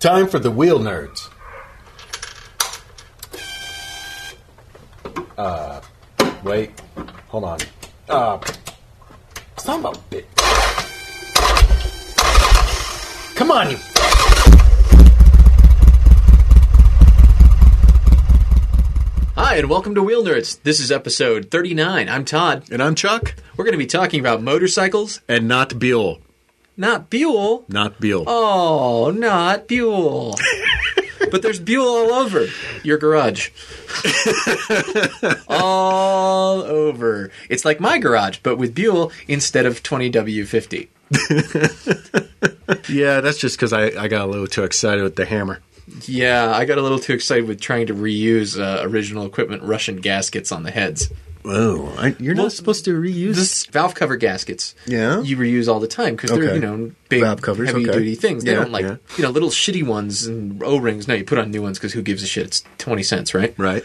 Time for the wheel nerds. Uh, wait, hold on. Uh, son of a bit. Come on, you. Hi, and welcome to Wheel Nerds. This is episode 39. I'm Todd. And I'm Chuck, We're going to be talking about motorcycles, and not Buell. not Buell. Not Buell. Oh, not Buell. but there's Buell all over your garage. all over. It's like my garage, but with Buell instead of 20W50. Yeah, that's just because I, I got a little too excited with the hammer. Yeah, I got a little too excited with trying to reuse uh, original equipment Russian gaskets on the heads. Whoa, Oh, I, you're Well, not supposed to reuse This valve cover gaskets, Yeah. you reuse all the time because they're Okay. you know big Valve covers, heavy okay. duty things. They Yeah, don't like yeah. you know little shitty ones and O rings. No, you put on new ones because who gives a shit? It's twenty cents, right? Right.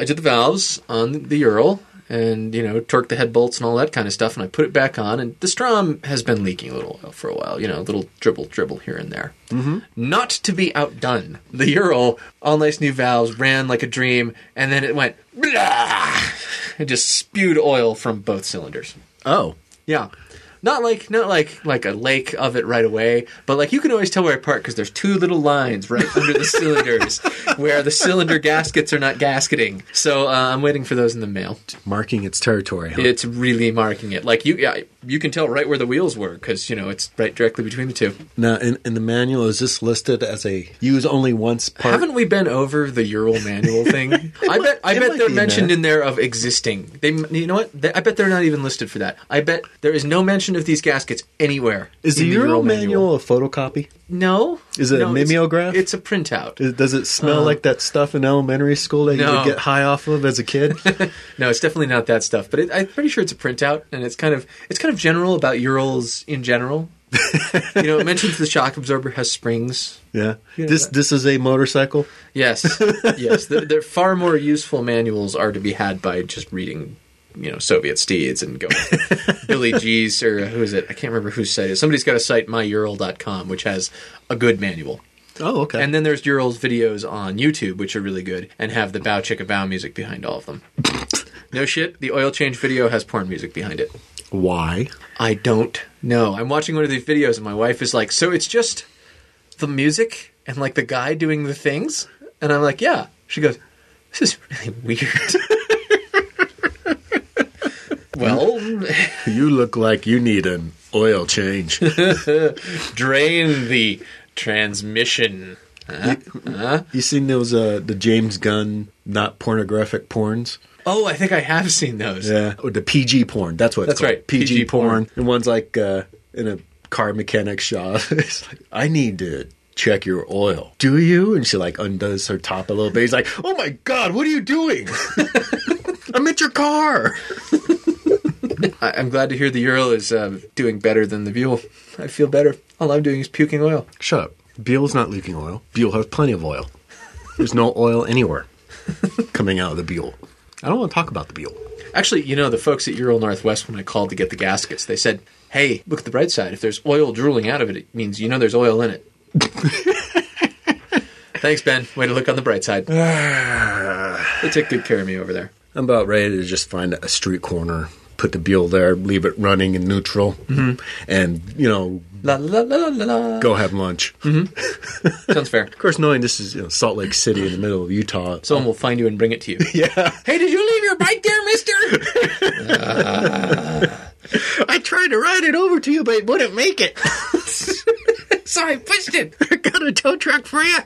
I did the valves on the Ural and, you know, torqued the head bolts and all that kind of stuff. And I put it back on. And the Strom has been leaking a little while for a while, you know, a little dribble, dribble here and there. Mm-hmm. Not to be outdone. The Ural, all nice new valves, ran like a dream. And then it went, blah! It just spewed oil from both cylinders. Oh. Yeah. Not like not like like a lake of it right away, but like you can always tell where it part because there's two little lines right under the cylinders where the cylinder gaskets are not gasketing. So uh, I'm waiting for those in the mail. Marking its territory. Huh? It's really marking it. Like you yeah, you can tell right where the wheels were because you know it's right directly between the two. now, in, in the manual, is this listed as a use only once part? Haven't we been over the Ural manual thing? I bet I it might bet they're be in there. mentioned in there of existing. They you know what? They, I bet they're not even listed for that. I bet there is no mention of these gaskets anywhere. is the in Euro, manual a photocopy? No. Is it a No, it's- mimeograph? It's, a printout. Is- Does it smell like that stuff in elementary school that you Uh, no. would get high off of as a kid? no, it's definitely not that stuff. But it, I'm pretty sure it's a printout, and it's kind of it's kind of general about Urals in general. you know, it mentions the shock absorber has springs. yeah. Yeah. This this is a motorcycle. Yes, yes. There, there are far more useful manuals are to be had by just reading, you know, Soviet steeds and going Billy G's or who is it? I can't remember whose site it is. Somebody's got a site myural.com which has a good manual. Oh, okay. And then there's Ural's videos on YouTube, which are really good and have the Bow Chicka Bow music behind all of them. no shit, the oil change video has porn music behind it. why? I don't know. I'm watching one of these videos and my wife is like, So it's just the music and like the guy doing the things? And I'm like, Yeah. She goes, This is really weird. well, You look like you need an oil change. drain the transmission. Uh-huh. You seen those uh the James Gunn not pornographic porns? Oh, I think I have seen those. Yeah. Or Oh, the PG porn. That's what it's That's called. right, PG, PG porn. porn. And one's like uh in a car mechanic shop. it's like, I need to check your oil. Do you? And she like undoes her top a little bit. He's like, Oh my god, what are you doing? I'm at your car. I, I'm glad to hear the Ural is uh, doing better than the Buell. I feel better. All I'm doing is puking oil. Shut up. Buell's not leaking oil. Buell has plenty of oil. There's no oil anywhere coming out of the Buell. I don't want to talk about the Buell. Actually, you know, the folks at Ural Northwest, when I called to get the gaskets, they said, hey, look at the bright side. If there's oil drooling out of it, it means you know there's oil in it. Thanks, Ben. Way to look on the bright side. they took good care of me over there. I'm about ready to just find a street corner, put the Buell there, leave it running in neutral, and you know La la la la la. la. go have lunch. Sounds fair. Of course, knowing this is you know, Salt Lake City in the middle of Utah, so Someone will find you and bring it to you. Yeah. Hey, did you leave your bike there, mister? I tried to ride it over to you, but it wouldn't make it. Sorry, pushed it. I got a tow truck for you.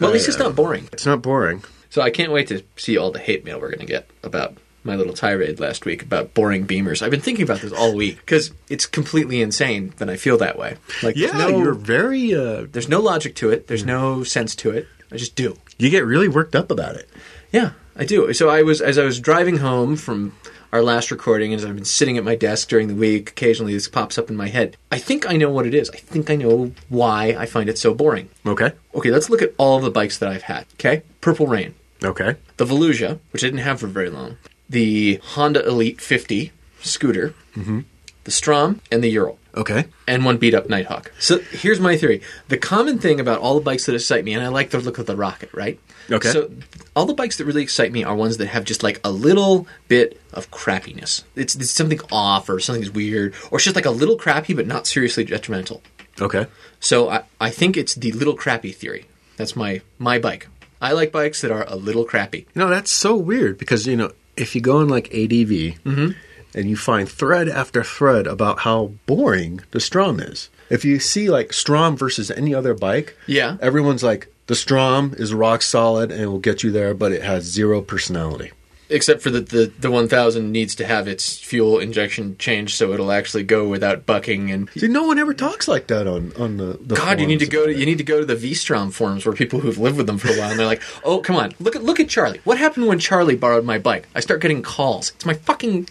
Well, at least it's not boring. It's not boring. So I can't wait to see all the hate mail we're going to get about my little tirade last week about boring beamers. I've been thinking about this all week because it's completely insane that I feel that way. Like, Yeah, there's no, you're Mm-hmm. very. Uh, there's no logic to it. There's no sense to it. I just do. you get really worked up about it. Yeah, I do. So I was as I was driving home from our last recording, and as I've been sitting at my desk during the week, occasionally this pops up in my head. I think I know what it is. I think I know why I find it so boring. Okay. Okay, let's look at all the bikes that I've had. Okay, Purple Rain. Okay. the Volusia, which I didn't have for very long, the Honda Elite 50 scooter, the Strom, and the Ural. Okay. and one beat up Nighthawk. So here's my theory. The common thing about all the bikes that excite me, and I like the look of the rocket, right? Okay. So all the bikes that really excite me are ones that have just like a little bit of crappiness. It's, it's something off or something's weird or it's just like a little crappy but not seriously detrimental. Okay. So I, I think it's the little crappy theory. That's my my bike. I like bikes that are a little crappy. You know, that's so weird because, you know, if you go on like ADV Mm-hmm. and you find thread after thread about how boring the Strom is, if you see like Strom versus any other bike, Yeah. everyone's like, the Strom is rock solid and will get you there, but it has zero personality. Except for that the, the 1000 needs to have its fuel injection changed so it'll actually go without bucking and See, no one ever talks like that on, on the, the God, you need forums to go to about you it. need to go to the V-Strom forums where people who've lived with them for a while and they're like, "Oh, come on, look at look at Charlie. What happened when Charlie borrowed my bike? I start getting calls. It's my fucking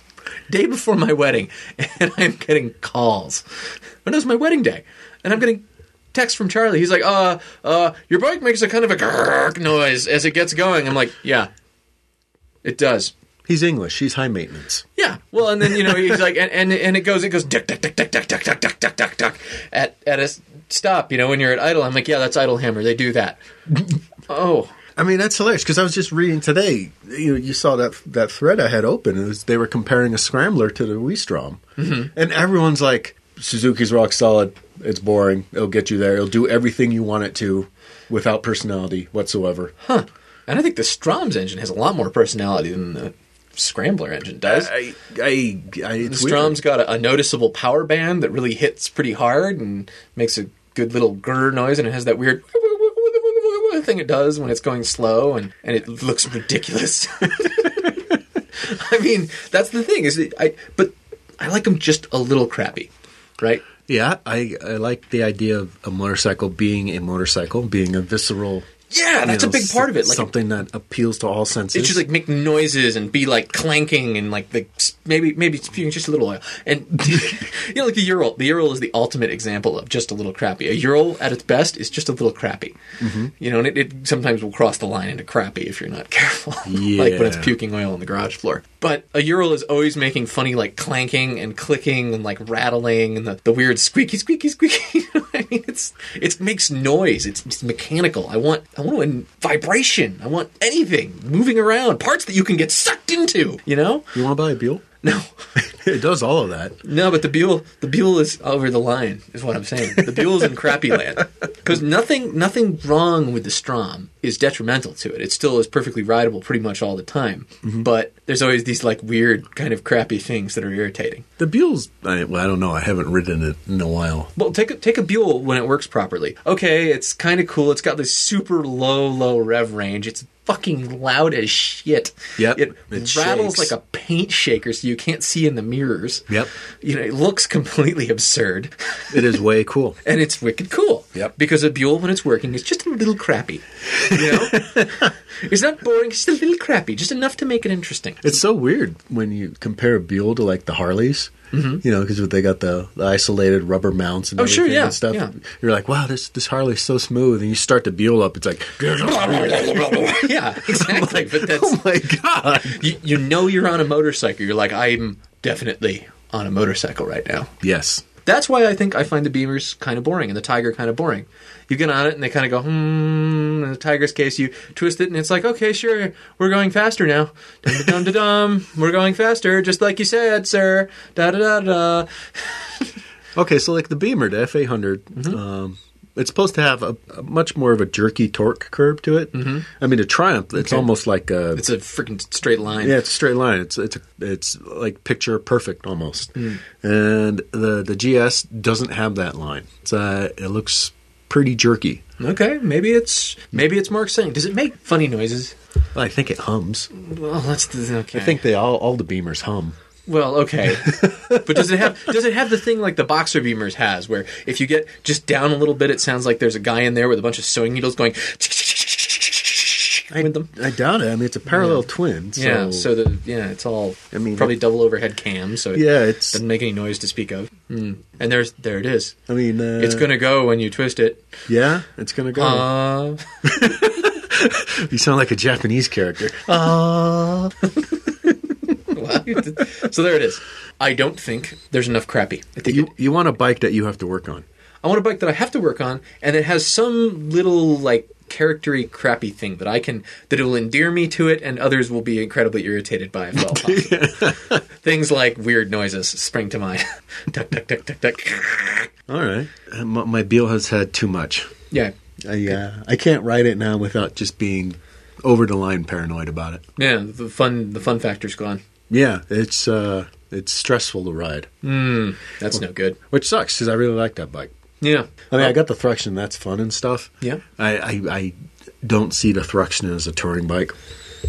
day before my wedding, and I'm getting calls. When it was my wedding day, and I'm getting text from Charlie. He's like, "Uh, uh, your bike makes a kind of a grrrk noise as it gets going." I'm like, "Yeah, it does." He's English. He's high maintenance. Yeah. Well, and then you know he's like, and and, and it goes, it goes, duck, duck, duck, duck, duck, duck, duck, duck, duck, duck, duck, at at a s- stop. You know, when you're at idle, I'm like, yeah, that's idle hammer. They do that. oh, I mean, that's hilarious because I was just reading today. You you saw that that thread I had open. It was, they were comparing a scrambler to the Wiestrom, Mm-hmm. and everyone's like, "Suzuki's rock solid. It's boring. It'll get you there. It'll do everything you want it to, without personality whatsoever." huh. And I think the Strom's engine has a lot more personality than the Scrambler engine does. I, I, I the it's Strom's got a, a noticeable power band that really hits pretty hard and makes a good little grrr noise, and it has that weird thing it does when it's going slow, and, and it looks ridiculous. I mean, that's the thing is, it, I but I like them just a little crappy, right? Yeah, I, I like the idea of a motorcycle being a motorcycle, being a visceral. Yeah, that's you a know, big part of it. Like something that appeals to all senses. it's just like make noises and be like clanking and like the maybe maybe spewing just a little oil and you know like the Ural the Ural is the ultimate example of just a little crappy a Ural at its best is just a little crappy you know and it, it sometimes will cross the line into crappy if you're not careful like when it's Yeah. puking oil on the garage floor but a Ural is always making funny like clanking and clicking and like rattling and the, the weird squeaky squeaky squeaky you know what I mean it's it makes noise it's, it's mechanical I want I want to vibration I want anything moving around parts that you can get sucked into you know you want to buy a Buell? no it does all of that. no, but the Buell, the Buell is over the line, is what I'm saying. The Buell's in crappy land because nothing, nothing wrong with the Strom is detrimental to it. It still is perfectly rideable pretty much all the time. Mm-hmm. But there's always these like weird kind of crappy things that are irritating. The Buell's, I, well, I don't know. I haven't ridden it in a while. Well, take a, take a Buell when it works properly. Okay, it's kind of cool. It's got this super low, low rev range. It's fucking loud as shit. Yep, It, it rattles shakes. like a paint shaker, so you can't see in the mirrors. Yep. You know, it looks completely absurd. It is way cool. and it's wicked cool. Yep. Because a Buell, when it's working, is just a little crappy. You know, it's not boring. It's just a little crappy, just enough to make it interesting. It's so weird when you compare a Buell to like the Harleys, you know, because they got the, the isolated rubber mounts and Oh, everything sure, yeah, and stuff. yeah. You're like, wow, this this Harley's so smooth, and you start the Buell up, it's like, yeah, exactly. but that's oh my god, you, you know you're on a motorcycle. You're like, I'm definitely on a motorcycle right now. yes, That's why I think I find the Beamers kind of boring and the Tiger kind of boring. You get on it and they kind of go, hmm. In the Tiger's case, you twist it and it's like, okay, sure, we're going faster now. Dum dum dum dum. We're going faster, just like you said, sir. Da da da da. okay. So like the Beamer, the F eight hundred. Um, it's supposed to have a, a much more of a jerky torque curve to it. Mm-hmm. I mean, the Triumph, it's almost like a It's a freaking straight line. Yeah, it's a straight line. It's it's a, it's like picture perfect almost. And the the GS doesn't have that line. It's uh, it looks pretty jerky. Okay, maybe it's maybe it's Mark saying. Does it make funny noises? I think it hums. Well, that's the, okay. I think they all all the beamers hum. Well, okay, but does it have does it have the thing like the boxer beamers has, where if you get just down a little bit, it sounds like there's a guy in there with a bunch of sewing needles going with them. I doubt it. I mean, it's a parallel twin. So, yeah, so the yeah, it's all I mean, probably double overhead cam, so it Yeah, it's- doesn't make any noise to speak of. Mm. And there's there it is. I mean, uh, It's gonna go when you twist it. yeah, it's gonna go. Uh, Uh, you sound like a Japanese character. so there it is. I don't think there's enough crappy. I think You you want a bike that you have to work on. I want a bike that I have to work on, and it has some little like charactery crappy thing that I can that will endear me to it, and others will be incredibly irritated by if at all possible. Things like weird noises spring to mind. duck, duck, duck, duck, duck. All right. Uh, My, my Beale has had too much. Yeah, I, uh, I can't ride it now without just being over the line paranoid about it. yeah. The fun, the fun factor's gone. Yeah, it's uh, it's stressful to ride, Hmm, That's no good. which sucks because I really like that bike. Yeah. I mean, I got the Thruxton. That's fun and stuff. Yeah. I, I, I don't see the Thruxton as a touring bike.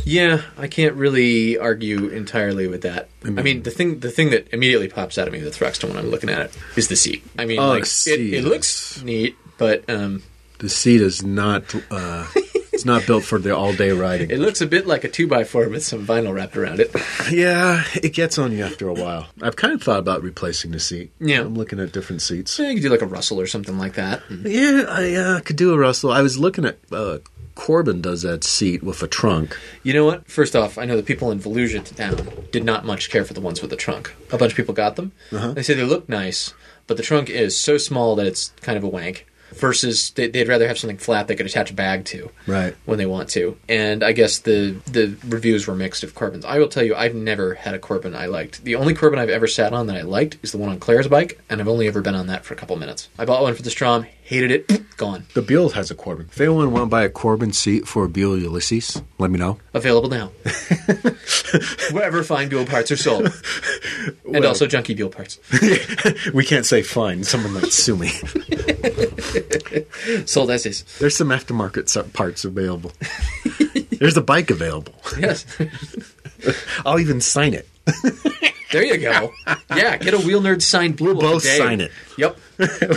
Yeah, I can't really argue entirely with that. I mean, the thing the thing that immediately pops out at me that's Thruxton when I'm looking at it is the seat. I mean, Oh, like, the seat It, it looks neat, but um, The seat is not uh, it's not built for the all day riding. it looks a bit like a two x four with some vinyl wrapped around it. Yeah, it gets on you after a while. I've kind of thought about replacing the seat. Yeah. I'm looking at different seats. Yeah, you could do like a rustle or something like that. Yeah, I uh, could do a Russell. I was looking at uh, Corbin does that seat with a trunk. You know what? First off, I know the people in Volusia town did not much care for the ones with the trunk. A bunch of people got them. They say they look nice, but the trunk is so small that it's kind of a wank. Versus, they- they'd rather have something flat they could attach a bag to, Right. When they want to, and I guess the the reviews were mixed of Corbins. I will tell you, I've never had a Corbin I liked. The only Corbin I've ever sat on that I liked is the one on Claire's bike, and I've only ever been on that for a couple minutes. I bought one for the Strom, hated it, gone. The Beale has a Corbin. If anyone want to buy a Corbin seat for a Beale Ulysses, let me know. Available now. Wherever fine Buell parts are sold. and also junky Buell parts. We can't say fine. Someone might sue me. sold as is. There's some aftermarket sub- parts available. There's a bike available. Yes. I'll even sign it. There you go. Yeah, get a Wheel Nerd signed Buell. both today. sign it. Yep.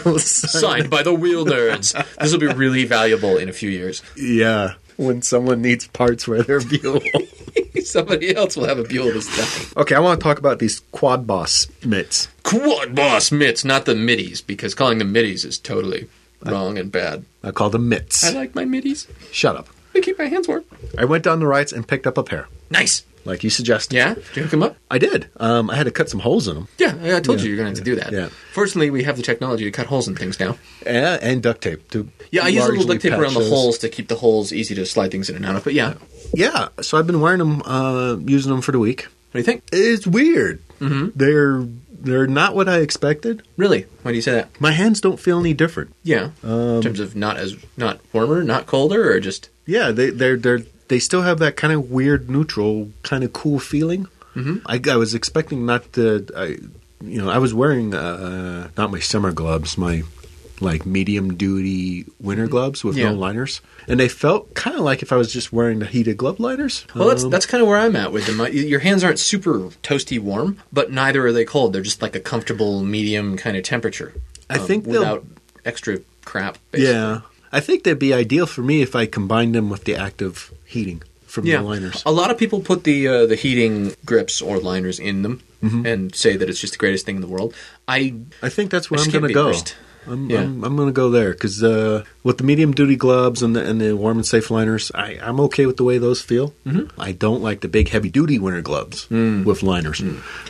We'll sign- Signed by the Wheel Nerds. This will be really valuable in a few years. Yeah. When someone needs parts where they're Beale. Somebody else will have a Buell this time. okay, I want to talk about these quad boss mitts. Quad Boss Mitts, not the Middies, because calling them Middies is totally wrong and bad. I call them mitts. I like my Middies. Shut up. I keep my hands warm. I went down the rights and picked up a pair, Nice. like you suggested. Yeah? Did you hook 'em up? I did. Um, I had to cut some holes in them Yeah, I- I told you you're going to have to do that. yeah. Fortunately, we have the technology to cut holes in things now. and, and duct tape. To Yeah, I use a little largely duct tape patch around the those. holes to keep the holes easy to slide things in and out of. But yeah, what Yeah, so I've been wearing them, uh, using them for the week. do you think? It's weird. Mm-hmm. They're they're not what I expected. Really? Why do you say that? My hands don't feel any different. Yeah. in terms of not as not warmer, not colder, or just Yeah, they they're they're they still have that kind of weird neutral, kind of cool feeling. Mm-hmm. I, I was expecting not to. I, you know, I was wearing uh, not my summer gloves, my like medium duty winter gloves with Mm-hmm. Yeah. no liners, and they felt kind of like if I was just wearing the heated glove liners. well. That's Um, that's kind of where I'm at with them. Uh, y- Your hands aren't super toasty warm, but neither are they cold. They're just like a comfortable medium kind of temperature. um, I think they'll- without extra crap. Basically. yeah. I think they'd be ideal for me if I combined them with the active heating from Yeah, the liners. a lot of people put the uh, the heating grips or liners in them Mm-hmm. and say that it's just the greatest thing in the world. I I think that's where I I'm just going can't to be go. versed. I'm, Yeah. I'm, I'm going to go there because uh, with the medium duty gloves and the, and the warm and safe liners, I, I'm okay with the way those feel. Mm-hmm. I don't like the big heavy duty winter gloves Mm. with liners,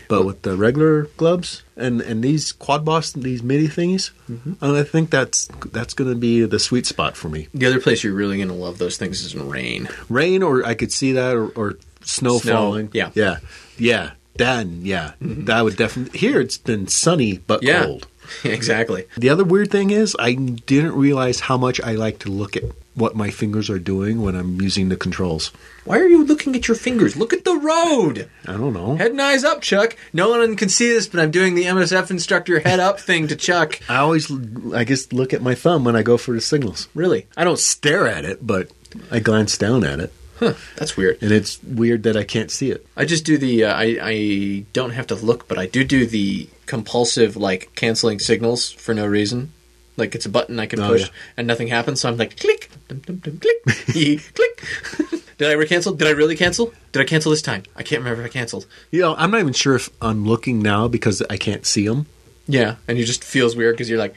but with the regular gloves and, and these quad boss these midi thingies, Mm-hmm. and I think that's that's going to be the sweet spot for me. The other place you're really going to love those things is in rain. Rain or I could see that or, or snow, Snow, falling. yeah. Mm-hmm. yeah, yeah. Then yeah, that would definitely. Here it's been sunny but Yeah. cold. exactly. The other weird thing is, I didn't realize how much I like to look at what my fingers are doing when I'm using the controls. Why are you looking at your fingers? Look at the road. I don't know. Head and eyes up, Chuck. No one can see this, but I'm doing the MSF instructor head up thing to Chuck. I always, I guess, look at my thumb when I go for the signals. Really? I don't stare at it, but I glance down at it, Huh, that's weird. and it's weird that I can't see it. I just do the. Uh, I I don't have to look, but I do do the compulsive like canceling signals for no reason. Like it's a button I can Oh, push yeah. and nothing happens, so I'm like click, dum, dum, dum, click, yee, click. Did I ever cancel? Did I really cancel? Did I cancel this time? I can't remember if I canceled. You know, I'm not even sure if I'm looking now because I can't see them. Yeah, and it just feels weird because you're like,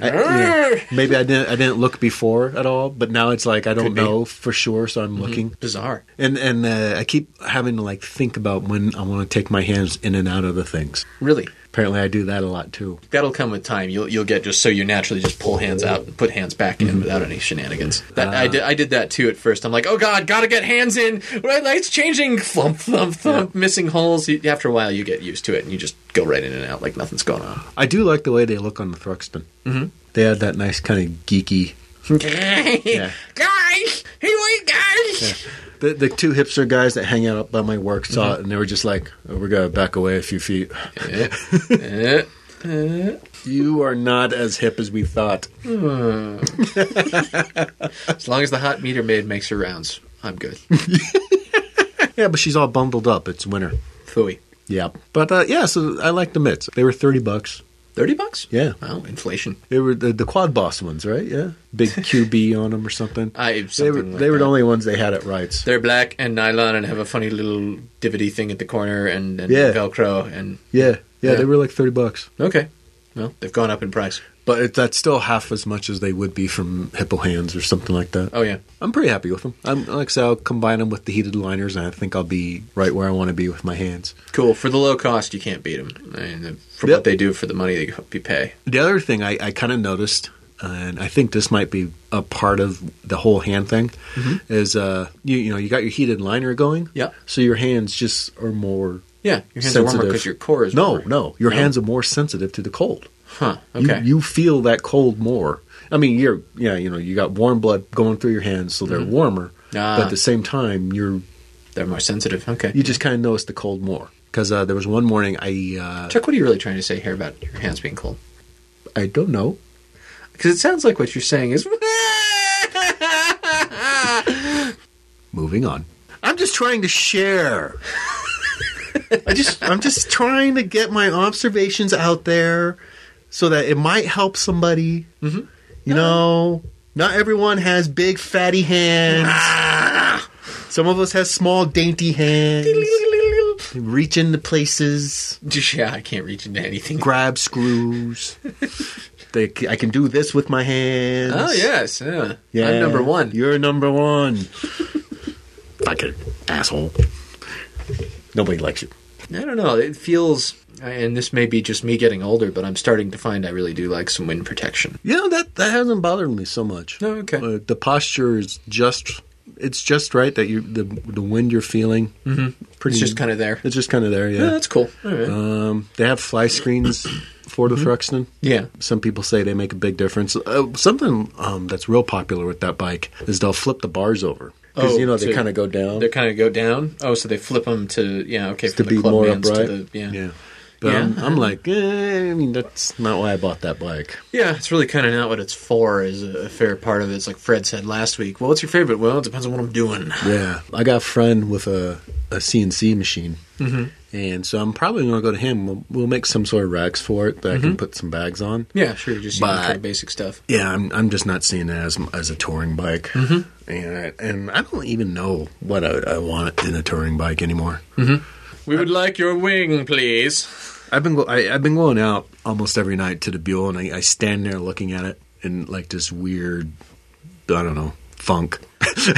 I- you know, maybe I didn't I didn't look before at all, but now it's like I don't Could be. know for sure, so I'm looking. Bizarre. And and uh, I keep having to like think about when I want to take my hands in and out of the things. Really. Apparently, I do that a lot too. That'll come with time. You'll you'll get just so you naturally just pull hands out and put hands back Mm-hmm. in without any shenanigans. That Ah. I did I did that too at first. I'm like, oh god, gotta get hands in. Right, light's changing. Thump thump thump. Missing holes. You- After a while, you get used to it and you just go right in and out like nothing's going on. I do like the way they look on the Thruxton. Mm-hmm. They had that nice kind of geeky. Guys, hey wait, guys. The, the two hipster guys that hang out by my work saw it, and they were just like, oh, "We're gonna back away a few feet." Eh, you are not as hip as we thought. As long as the hot meter maid makes her rounds, I'm good. Yeah, but she's all bundled up. It's winter. Phooey. Yeah, but uh, yeah. So I like the mitts. They were thirty bucks. Thirty bucks? Yeah. Wow, inflation. They were the, the quad boss ones, right? Yeah, big QB on them or something. I they were something like they were that. the only ones they had at Wrights. They're black and nylon and have a funny little divity thing at the corner and, and Yeah. Velcro and Yeah, yeah, Yeah. they were like thirty bucks, okay. Well, they've gone up in price. but it, that's still half as much as they would be from Hippo Hands or something like that. Oh yeah, I'm pretty happy with them. I'm like I said, I'll combine them with the heated liners, and I think I'll be right where I want to be with my hands. cool. For the low cost, you can't beat them. I mean, the- for Yep. what they do for the money they you pay. The other thing I, I kind of noticed, and I think this might be a part of the whole hand thing, is uh, you you know you got your heated liner going, Mm-hmm. Yeah. So your hands just are more Yeah, your hands are warmer Sensitive. because your core is no warmer. no your No? hands are more sensitive to the cold. Huh. You- Okay. You, feel that cold more. I mean, you're yeah, you know, you got warm blood going through your hands, so they're warmer. Ah. But at the same time, you're They're more sensitive. Okay. you just kind of notice the cold more. Because uh, there was one morning I uh, Chuck, what are you really trying to say here about your hands being cold? I don't know. Because it sounds like what you're saying is. Moving on. I'm just trying to share. I just I'm just trying to get my observations out there so that it might help somebody. Mm-hmm. You know, not everyone has big fatty hands. Ah. Some of us has small dainty hands. reach into places, yeah, I can't reach into anything. grab screws. they, I can do this with my hands. Oh yes, yeah. I'm number one. You're number one. Fucking asshole. Nobody likes you. I don't know. It feels, and this may be just me getting older, but I'm starting to find I really do like some wind protection. You know that that hasn't bothered me so much. Oh, okay. Uh, the posture is just. It's just right that you the the wind you're feeling. Mm-hmm. Pretty. It's just kind of there. It's just kind of there. Yeah, Yeah. that's cool. All right. Um, they have fly screens for the Mm-hmm. Thruxton. yeah. Some people say they make a big difference. Uh, something um, that's real popular with that bike is they'll flip the bars over because Oh, you know they so kind of go down They kind of go down. Oh, so they flip them to yeah. Okay, to from be the club more bands upright. to the yeah. yeah. But Yeah. I'm, I'm like, eh, I mean, that's not why I bought that bike. it's really kind of not what it's for. Is a a fair part of it. It's like Fred said last week. Well, what's your favorite? Well, it depends on what I'm doing. Yeah, I got a friend with a, a CNC machine, and so I'm probably going to go to him. We'll, we'll make some sort of racks for it that I can put some bags on. Yeah, sure. You're just using But- kind of basic stuff. Mm-hmm. Yeah, I'm I'm just not seeing it as as a touring bike, and I, and I don't even know what I, I want in a touring bike anymore. We would like your wing, please. I've been go- I, I've been going out almost every night to the Buell, and I, I stand there looking at it in like this weird, I don't know, funk.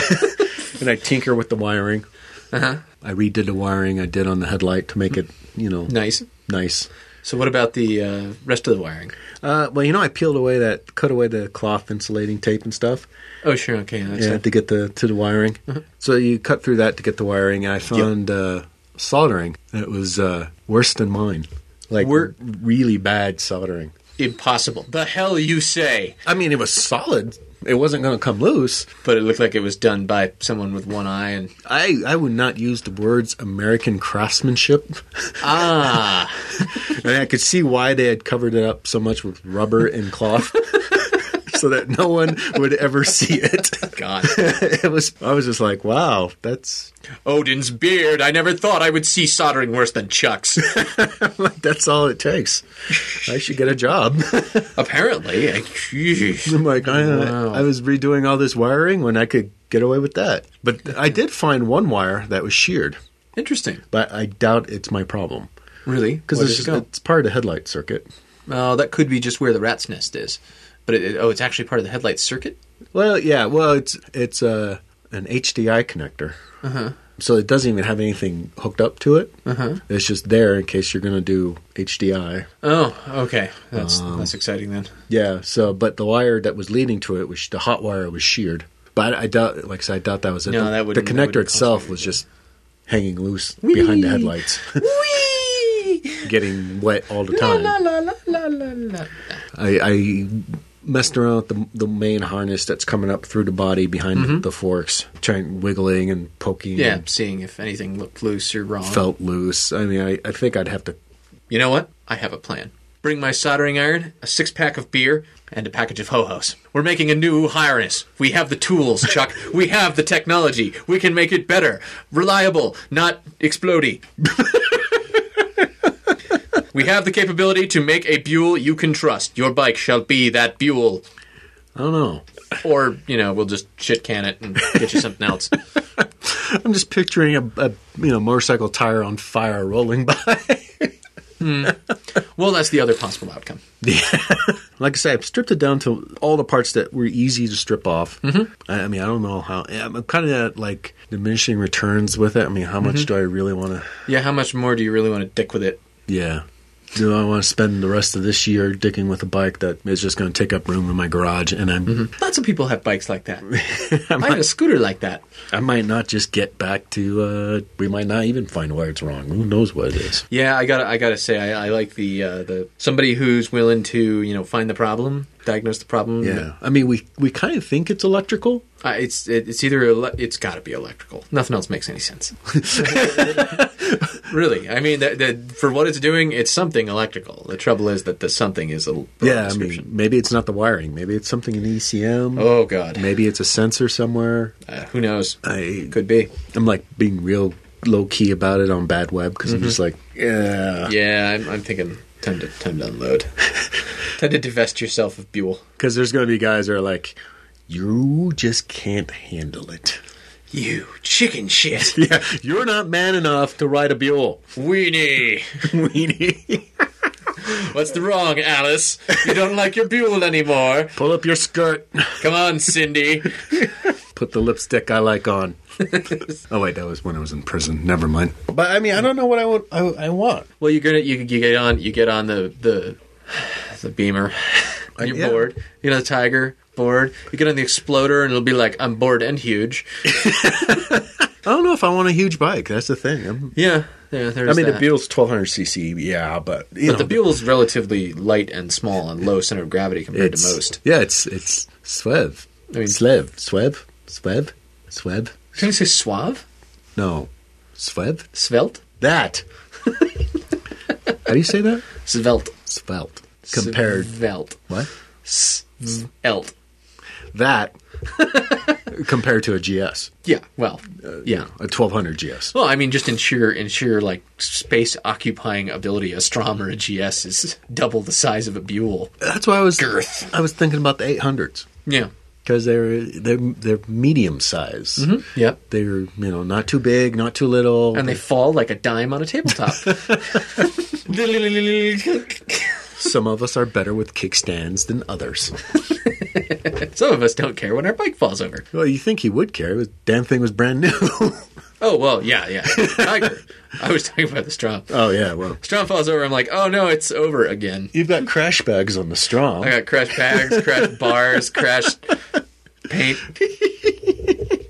and I tinker with the wiring. I redid the wiring I did on the headlight to make it, you know, Nice. nice. So, what about the uh, rest of the wiring? Uh, well, you know, I peeled away that, cut away the cloth insulating tape and stuff Oh, sure. Okay, that's yeah, it. to get the to the wiring. So you cut through that to get the wiring, and I found uh, soldering that was uh, worse than mine. Like Wor- really bad soldering. impossible. The hell you say? I mean, it was solid. It wasn't going to come loose. But it looked like it was done by someone with one eye and I, I would not use the words American craftsmanship. ah, And I could see why they had covered it up so much with rubber and cloth so that no one would ever see it. God, it was I was just like, wow, that's Odin's beard. I never thought I would see soldering worse than Chuck's. that's all it takes. I should get a job. Apparently, I- I'm like, I, Wow. I was redoing all this wiring when I could get away with that. But I did find one wire that was sheared, interesting. but I doubt it's my problem. Really? Because Because it's, it's part of the headlight circuit. Oh, that could be just where the rat's nest is. But it, it- oh, it's actually part of the headlight circuit. Well, yeah. Well, it's it's uh, an HDI connector, Uh-huh. so it doesn't even have anything hooked up to it. It's just there in case you're going to do HDI. Oh, okay. That's that's exciting then. Yeah. So, but the wire that was leading to it was the hot wire was sheared. But I doubt, like I said, I doubt that was it. No, the, that wouldn't- the that connector wouldn't itself constitute was it. just hanging loose behind the headlights, Whee! getting wet all the La time. la la la la la la. I, I messed around with the, the main harness that's coming up through the body behind the forks, trying wiggling and poking. Mm-hmm. Yeah, and seeing if anything looked loose or wrong. felt loose. I mean, I, I think I'd have to. You know what? I have a plan. Bring my soldering iron, a six pack of beer, and a package of ho hos. We're making a new harness. We have the tools, Chuck. we have the technology. We can make it better, reliable, not explodey. we have the capability to make a Buell you can trust. Your bike shall be that Buell. I don't know. Or, you know, we'll just shit can it and get you something else. I'm just picturing a, a you know motorcycle tire on fire rolling by. Well, that's the other possible outcome. like I said, I've stripped it down to all the parts that were easy to strip off. I, I mean, I don't know how. I'm, I'm kind of at like diminishing returns with it. I mean, how much do I really want to? Yeah, how much more do you really want to dick with it? Yeah. Do I want to spend the rest of this year dicking with a bike that is just going to take up room in my garage? And I'm, Lots of people have bikes like that. I had a scooter like that. I might not just get back to. Uh, we might not even find why it's wrong. Who knows what it is? Yeah, I gotta, I gotta say, I, I like the uh, the somebody who's willing to, you know, find the problem, diagnose the problem. Yeah, I mean, we we kind of think it's electrical. uh, it's it, it's either ele- it's got to be electrical. Nothing else makes any sense. really, I mean, that, that for what it's doing, it's something electrical. The trouble is that the something is a broad Yeah, I description. mean, maybe it's not the wiring. Maybe it's something in ECM. oh God, Maybe it's a sensor somewhere. uh, who knows? I Could be. I'm like being real low key about it on bad web because I'm just like, Mm-hmm. yeah, Yeah, I'm, I'm thinking time to time to unload. time to divest yourself of Buell. because there's gonna be guys that are like, you just can't handle it. You chicken shit, Yeah, you're not man enough to ride a Buell. weenie. Weenie, What's the wrong, Alice? You don't like your Buell anymore. pull up your skirt. Come on, Cindy. Put the lipstick I like on. oh wait, that was when I was in prison. Never mind. But I mean, I don't know what I would. I, I want. Well, you're gonna you, you get on you get on the the the Beamer. You're yeah. bored. You get on the Tiger. Bored. You get on the Exploder, and it'll be like I'm bored and huge. I don't know if I want a huge bike. That's the thing. I'm, Yeah, yeah. There's I mean, that. the Buell's 1200 cc. Yeah, but you But the know, Buell's relatively light and small and low center of gravity compared to It's- most. Yeah, it's it's Svev. I mean- Slev. Svev. Svev. Svev. Can I say suave, No. Svev? svelte, That. How do you say that? svelte, Svelte. Compared. svelte, what? svelte. That. compared to a GS. Yeah. Well. yeah. A 1200 GS. Well, I mean, just in sheer in sheer like space occupying ability, a Strom or a GS is double the size of a Buell. That's why I was Girth. I was thinking about the 800s Yeah. because they're they're they're medium size. Yep. They're you know not too big, not too little. And they fall like a dime on a tabletop. Some of us are better with kickstands than others. Some of us don't care when our bike falls over. Well, you think he would care? The damn thing was brand new. Oh well, yeah, yeah. Tiger. I was talking about the Strom. oh yeah, well, Strom falls over. I'm like, oh no, it's over again. you've got crash bags on the straw. I got crashed bags, crashed bars, crashed paint.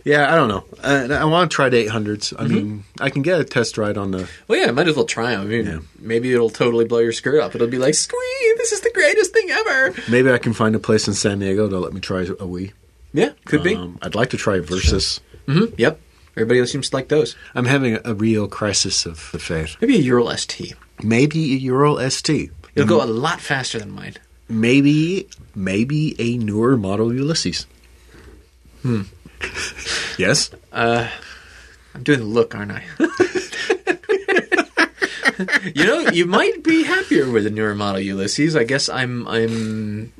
Yeah, I don't know. I, I want to try the 800s. Mm-hmm. I mean, I can get a test ride on the. Well, yeah, might as well try them. I mean, maybe it'll totally blow your skirt up. It'll be like, squee, this is the greatest thing ever. Maybe I can find a place in San Diego to let me try a Wii. Yeah, could be. Um, I'd like to try Versus. Mhm, Yep. Everybody seems to like those. I'm having a, a real crisis of the faith. Maybe a Ural ST. Maybe a Ural ST. It'll go a lot faster than mine. Maybe, maybe a newer model Ulysses. Hmm. yes. I'm doing the look, aren't I? you know, you might be happier with a newer model, Ulysses. I guess I'm I'm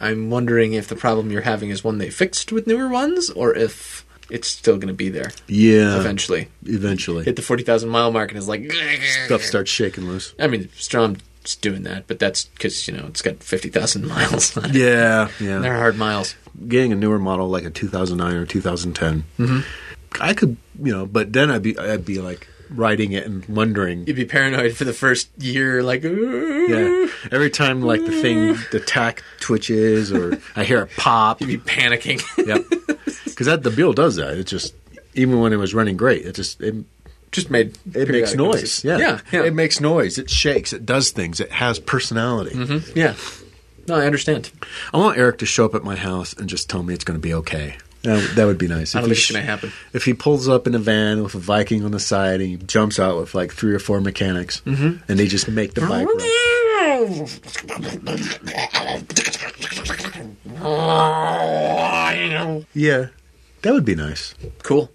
I'm wondering if the problem you're having is one they fixed with newer ones, or if it's still going to be there Yeah. eventually. Eventually, Hit the forty thousand mile mark, and it's like stuff starts shaking loose. I mean, Strom it's doing that, but that's because you know it's got fifty thousand miles on it. Yeah, yeah. They're hard miles. Getting a newer model like a 2009 or 2010, I could, you know, but then I'd be, I'd be like riding it and wondering. You'd be paranoid for the first year, like Yeah. yeah. Every time like the thing, the tack twitches or I hear a pop. You'd be panicking. yep. Because that the Beetle does that. It just even when it was running great, it just it, Just made it makes periodic noise. noises. Yeah. yeah, yeah. it makes noise. It shakes. It does things. It has personality. yeah. No, I understand. I want Eric to show up at my house and just tell me it's going to be okay. That, that would be nice. I don't If think he it's gonna happen. If he pulls up in a van with a Viking on the side and he jumps out with like three or four mechanics, Mm-hmm. and they just make the bike. Run. Yeah, that would be nice. Cool.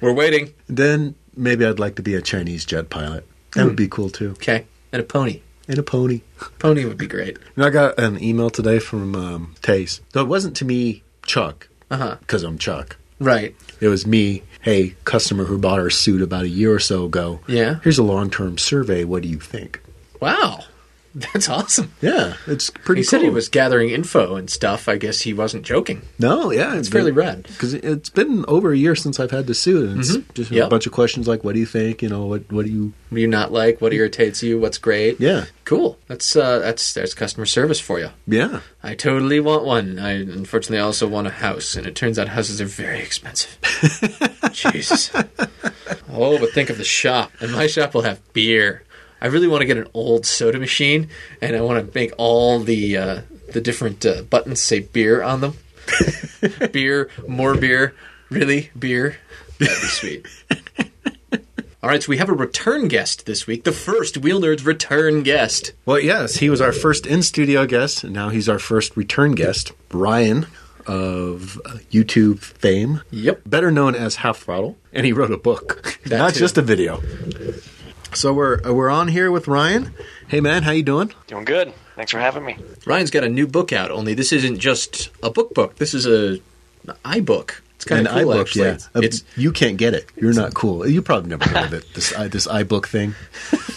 We're waiting. Then maybe I'd like to be a Chinese jet pilot. That Hmm. would be cool too. Okay. And a pony. And a pony. Pony would be great. And I got an email today from um, Tace. Though it wasn't to me, Chuck, Uh huh. because I'm Chuck. Right. It was me, hey, customer who bought our suit about a year or so ago. Yeah. Here's a long term survey. What do you think? Wow. That's awesome. Yeah, it's He pretty cool. said he was gathering info and stuff. I guess he wasn't joking. No, yeah. It's fairly rad. Because it's been over a year since I've had the suit. And it's just a Yep. bunch of questions like, what do you think? You know, what, what do you. What do you not like? What irritates you? What's great? Yeah. Cool. That's uh, that's that's customer service for you. Yeah. I totally want one. I unfortunately also want a house, and it turns out houses are very expensive. Jesus. Oh, but think of the shop, and my shop will have beer. I really want to get an old soda machine, and I want to make all the uh, the different uh, buttons say beer on them. beer, more beer, really beer. That'd be sweet. All right, so we have a return guest this week. The first Wheel Nerds return guest. Well, yes, he was our first in studio guest, and now he's our first return guest, Ryan of uh, YouTube fame. Yep. better known as Half Throttle, and he wrote a book, That not too. just a video. So we're uh, we're on here with Ryan. Hey man, how you doing? Doing good. Thanks for having me. Ryan's got a new book out. Only this isn't just a book book. This is a an iBook. It's kind of cool, iBook, actually. Uh, It's you can't get it. You're not cool. You probably never heard of it. This i this iBook thing.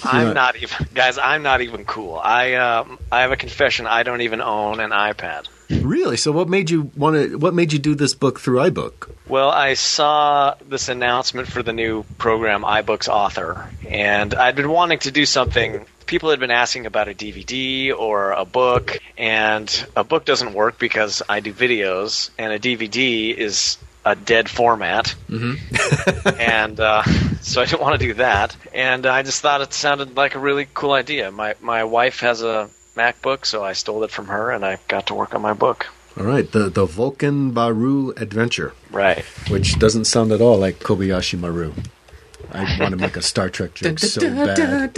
I'm not even, guys. I'm not even cool. I um, I have a confession. I don't even own an iPad. Really? So what made you want to? What made you do this book through iBook? Well, I saw this announcement for the new program iBooks Author, and I'd been wanting to do something. People had been asking about a DVD or a book, and a book doesn't work because I do videos, and a DVD is a dead format. and uh, so I didn't want to do that. And I just thought it sounded like a really cool idea. My my wife has a MacBook, so I stole it from her, and I got to work on my book. All right, the the Vulcan Baru adventure, Right. which doesn't sound at all like Kobayashi Maru. I want to make a Star Trek joke so bad.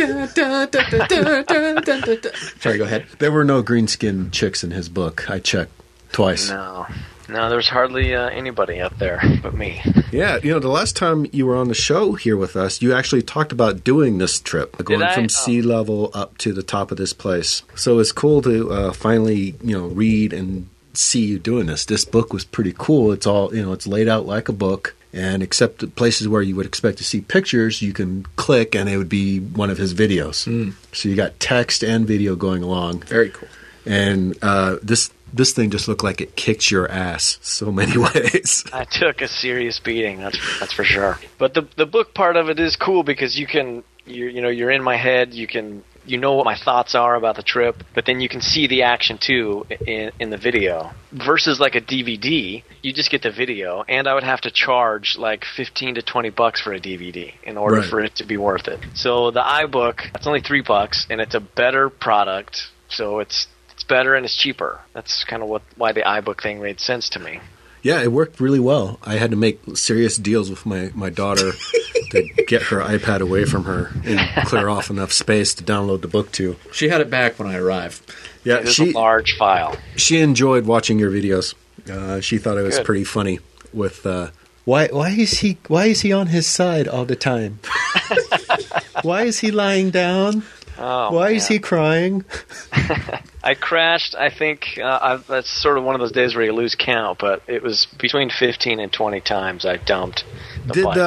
Sorry, go ahead. There were no green skinned chicks in his book. I checked twice. No, no, there's hardly uh, anybody up there but me. Yeah, you know, the last time you were on the show here with us, you actually talked about doing this trip, going I? from Oh. sea level up to the top of this place. So it's cool to uh, finally, you know, read and see you doing this. This book was pretty cool. It's all, you know, it's laid out like a book. And except the places where you would expect to see pictures, you can click and it would be one of his videos. Hmm. So you got text and video going along Very cool. and uh, this this thing just looked like it kicked your ass so many ways. I took a serious beating. That's that's for sure. But the the book part of it is cool because you can you you know you're in my head. You can you know what my thoughts are about the trip, but then you can see the action too in in the video. Versus like a DVD, you just get the video, and I would have to charge like fifteen to twenty bucks for a DVD in order Right. for it to be worth it. So the iBook, it's only three bucks, and it's a better product. So it's it's better and it's cheaper. That's kind of what why the iBook thing made sense to me. yeah, it worked really well. I had to make serious deals with my my daughter to get her iPad away from her and clear off enough space to download the book to. She had it back when I arrived. Yeah, It is she a large file. she enjoyed watching your videos. Uh, she thought it was Good. pretty funny with. Uh, why, why is he why is he on his side all the time? why is he lying down? Oh, why is man. he crying? I crashed. I think uh, I, that's sort of one of those days where you lose count, but it was between 15 and 20 times I dumped. The Oh, Did bike.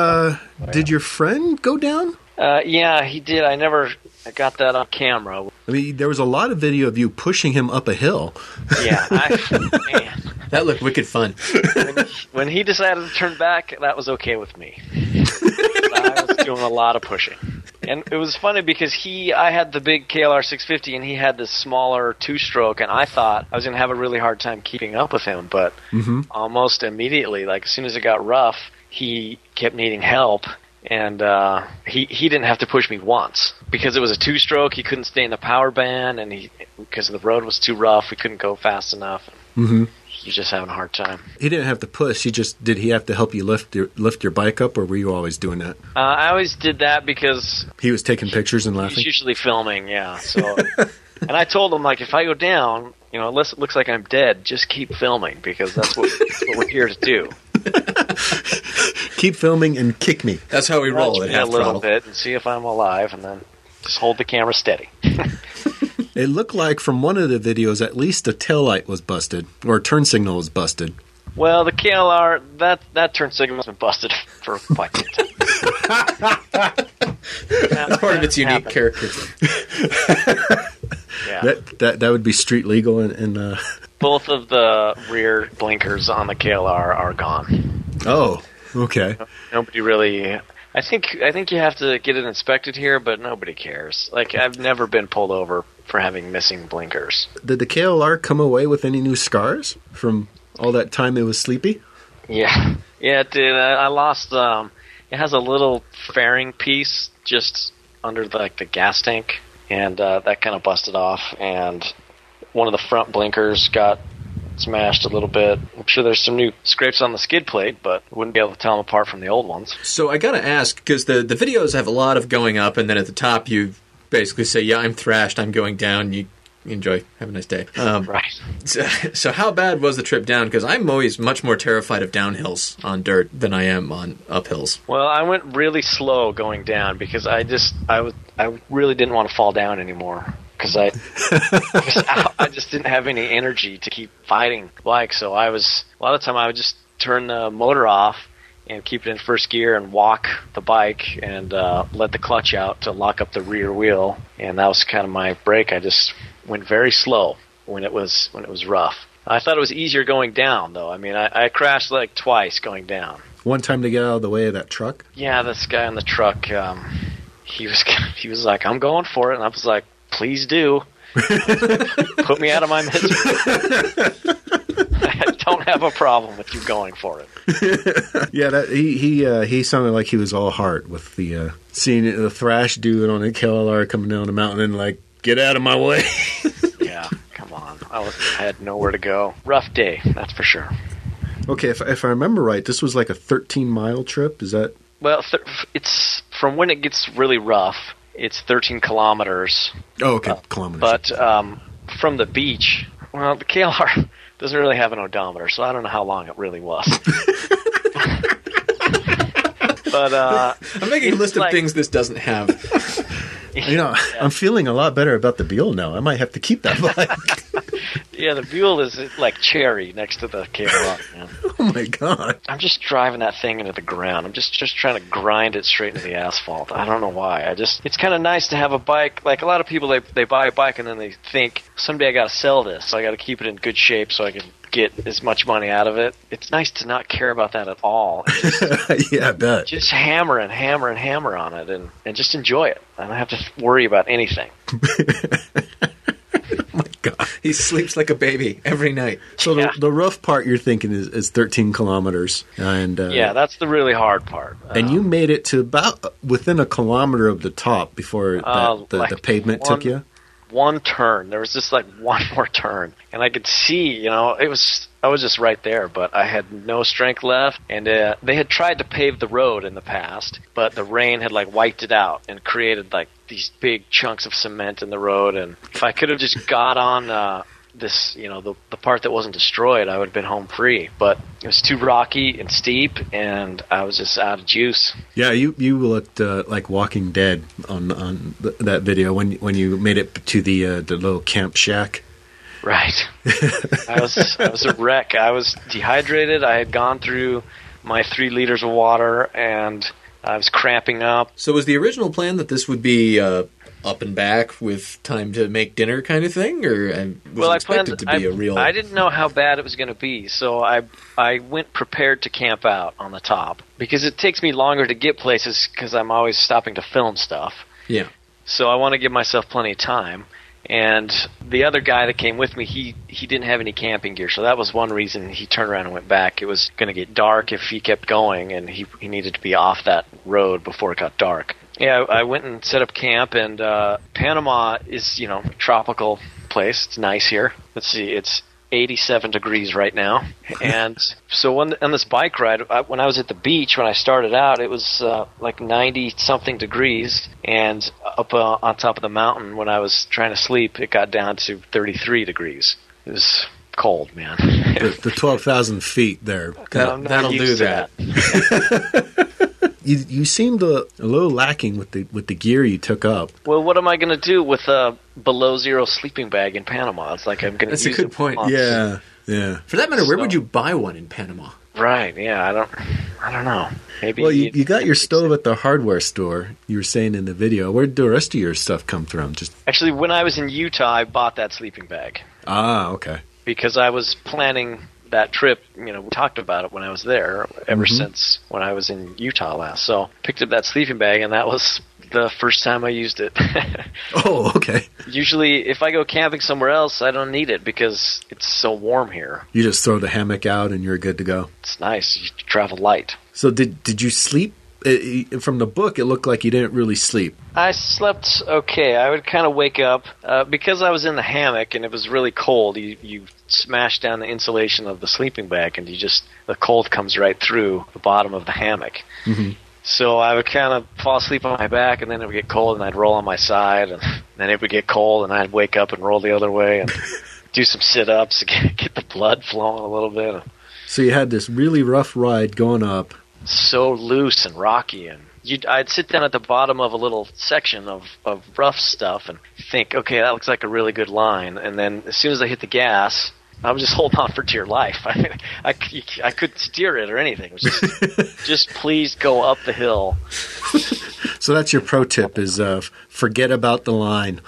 uh, did your friend go down? Uh, yeah, he did. I never I got that on camera. I mean, there was a lot of video of you pushing him up a hill. Yeah, I, man. That looked wicked fun. when he decided to turn back, that was okay with me. I was doing a lot of pushing. And it was funny because he, I had the big KLR 650 and he had this smaller two stroke, and I thought I was going to have a really hard time keeping up with him. But almost immediately, like as soon as it got rough, he kept needing help. And uh, he he didn't have to push me once because it was a two stroke. He couldn't stay in the power band, and he because the road was too rough, we couldn't go fast enough. He was just having a hard time. He didn't have to push. He just did. He have to help you lift your lift your bike up, or were you always doing that? Uh, I always did that because He was taking pictures and he's laughing. usually filming, yeah. So, and I told him like, if I go down, you know, unless it looks like I'm dead, just keep filming because that's what, that's what we're here to do. Keep filming and kick me. That's how we roll Watch at me a half little throttle. bit and see if I'm alive, and then just hold the camera steady. It looked like from one of the videos, at least the taillight was busted or a turn signal was busted. Well, the KLR that that turn signal's been busted for quite some time. That's Part of its unique character. Yeah. That that that would be street legal and, and uh, Both of the rear blinkers on the KLR are gone. oh okay. nobody really I think I think you have to get it inspected here, but nobody cares. Like I've never been pulled over for having missing blinkers. Did the KLR come away with any new scars from all that time it was sleepy? Yeah. Yeah, it did. I, I lost um it has a little fairing piece just under the, like the gas tank and uh, that kind of busted off and one of the front blinkers got smashed a little bit. I'm sure there's some new scrapes on the skid plate, but wouldn't be able to tell them apart from the old ones. So I gotta ask because the the videos have a lot of going up, and then at the top you basically say, "Yeah, I'm thrashed. I'm going down. You enjoy. Have a nice day." Um, Right. so, so how bad was the trip down? Because I'm always much more terrified of downhills on dirt than I am on uphills. Well, I went really slow going down because I just I was I really didn't want to fall down anymore because I I just didn't have any energy to keep fighting like so I was a lot of time I would just turn the motor off and keep it in first gear and walk the bike and uh, let the clutch out to lock up the rear wheel and that was kind of my break I just went very slow when it was when it was rough. I thought it was easier going down though. I mean, I, I crashed like twice going down. One time to get out of the way of that truck. Yeah, this guy on the truck, um, he was he was like, "I'm going for it," and I was like, "Please do, put me out of my misery." I don't have a problem with you going for it. Yeah, that, he he uh, he sounded like he was all heart with the uh, seeing the thrash dude on a KLR coming down the mountain and like get out of my way. Yeah, come on. I, was, I had nowhere to go. Rough day, that's for sure. okay, if if I remember right, this was like a 13 mile trip. Is that Well, th- it's from when it gets really rough. It's 13 kilometers, oh okay kilometers? but um, from the beach, well, the KLR doesn't really have an odometer, so I don't know how long it really was. but uh, I'm making a list of like- things this doesn't have. you know, I'm feeling a lot better about the Beale now. I might have to keep that bike. yeah, the Buell is uh, like cherry next to the KLR. Man. oh my god! I'm just driving that thing into the ground. I'm just just trying to grind it straight into the asphalt. I don't know why. I just it's kind of nice to have a bike. Like a lot of people, they they buy a bike and then they think someday I got to sell this. So I got to keep it in good shape so I can get as much money out of it. It's nice to not care about that at all. And just, yeah, I bet. just hammer and hammer and hammer on it and and just enjoy it. I don't have to worry about anything. God. He sleeps like a baby every night. So Yeah. the, the rough part you're thinking is, is 13 kilometers, and uh, Yeah, um, that's the really hard part. and you made it to about within a kilometer of the top before that, Uh, the, like the pavement one- took you. one turn. There was just like one more turn, and I could see, you know, it was I was just right there, but I had no strength left. And uh, they had tried to pave the road in the past, but the rain had like wiped it out and created like these big chunks of cement in the road. And if I could have just got on. Uh, this, you know, the, the part that wasn't destroyed, I would have been home free. But it was too rocky and steep, and I was just out of juice. Yeah, you you looked uh, like Walking Dead on on th- that video when when you made it to the uh, the little camp shack. Right. I was I was a wreck. I was dehydrated. I had gone through my three liters of water, and I was cramping up. So was the original plan that this would be uh, up and back with time to make dinner kind of thing, or I was well, I expected planned to I, be a real. I didn't know how bad it was going to be, so I I went prepared to camp out on the top because it takes me longer to get places because I'm always stopping to film stuff. Yeah. So I want to give myself plenty of time. And the other guy that came with me, he he didn't have any camping gear, so that was one reason he turned around and went back. It was going to get dark if he kept going, and he he needed to be off that road before it got dark. Yeah, I I went and set up camp, and uh, Panama is you know a tropical place. It's nice here. Let's see, it's 87 degrees right now. And so on, on this bike ride, I, when I was at the beach, when I started out, it was uh, like 90 something degrees. And up uh, on top of the mountain, when I was trying to sleep, it got down to 33 degrees. It was cold, man. The, the 12,000 feet there. That, I'm not that'll do used to that. You, you seemed a, a little lacking with the with the gear you took up. Well, what am I going to do with a below zero sleeping bag in Panama? It's like I'm going to That's a good point. Yeah. For that matter, where So- would you buy one in Panama? Right. Yeah, I don't I don't know. Maybe Well, you, you got your stove at the hardware store. You were saying in the video. Where did the rest of your stuff come from? Just Actually, when I was in Utah, I bought that sleeping bag. ah, okay. because I was planning that trip. You know, we talked about it when I was there. Ever since when I was in Utah last, so picked up that sleeping bag, and that was the first time I used it. Oh, okay. Usually, if I go camping somewhere else, I don't need it because it's so warm here. You just throw the hammock out and you're good to go. It's nice. You travel light. So did did you sleep? i i- from the book, it looked like you didn't really sleep. I slept okay. I would kind of wake up uh, because I was in the hammock and it was really cold. You you smash down the insulation of the sleeping bag and you just the cold comes right through the bottom of the hammock. So I would kind of fall asleep on my back and then it would get cold and I'd roll on my side and then it would get cold and I'd wake up and roll the other way and do some sit ups get, get the blood flowing a little bit. So you had this really rough ride going up. so loose and rocky and you'd, I'd sit down at the bottom of a little section of, of rough stuff and think, okay, that looks like a really good line. And then as soon as I hit the gas, I was just holding on for dear life. I mean, I, c- I couldn't steer it or anything. It was just, just please go up the hill. So that's your pro tip: is uh, f- forget about the line.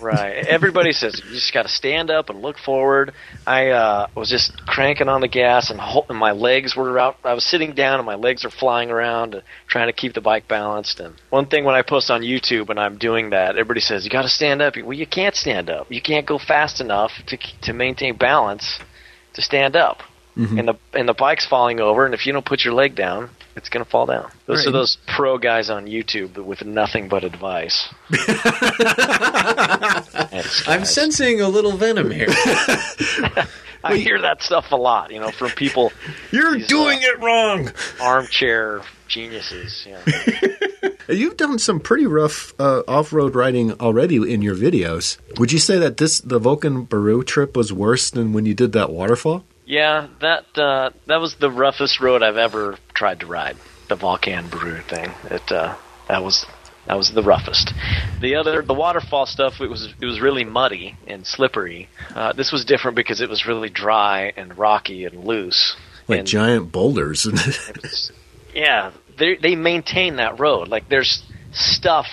Right. Everybody says you just got to stand up and look forward. I uh, was just cranking on the gas, and, hol- and my legs were out. I was sitting down, and my legs are flying around, uh, trying to keep the bike balanced. And one thing when I post on YouTube and I'm doing that, everybody says you got to stand up. Well, you can't stand up. You can't go fast enough to to maintain balance to stand up. Mm-hmm. And the and the bike's falling over, and if you don't put your leg down, it's gonna fall down. Those are Right. those pro guys on YouTube with nothing but advice. Thanks, I'm guys. sensing a little venom here. I hear that stuff a lot, you know, from people, You're He's, doing it wrong. armchair geniuses. You know. You've done some pretty rough uh, off-road riding already in your videos. Would you say that this the Vulcan Baru trip was worse than when you did that waterfall? yeah, that uh, that was the roughest road I've ever tried to ride. The Volcan Brew thing. It uh, that was that was the roughest. The other, the waterfall stuff, it was it was really muddy and slippery. Uh, this was different because it was really dry and rocky and loose. Like and, giant boulders. Yeah, they they maintain that road. Like there's stuff,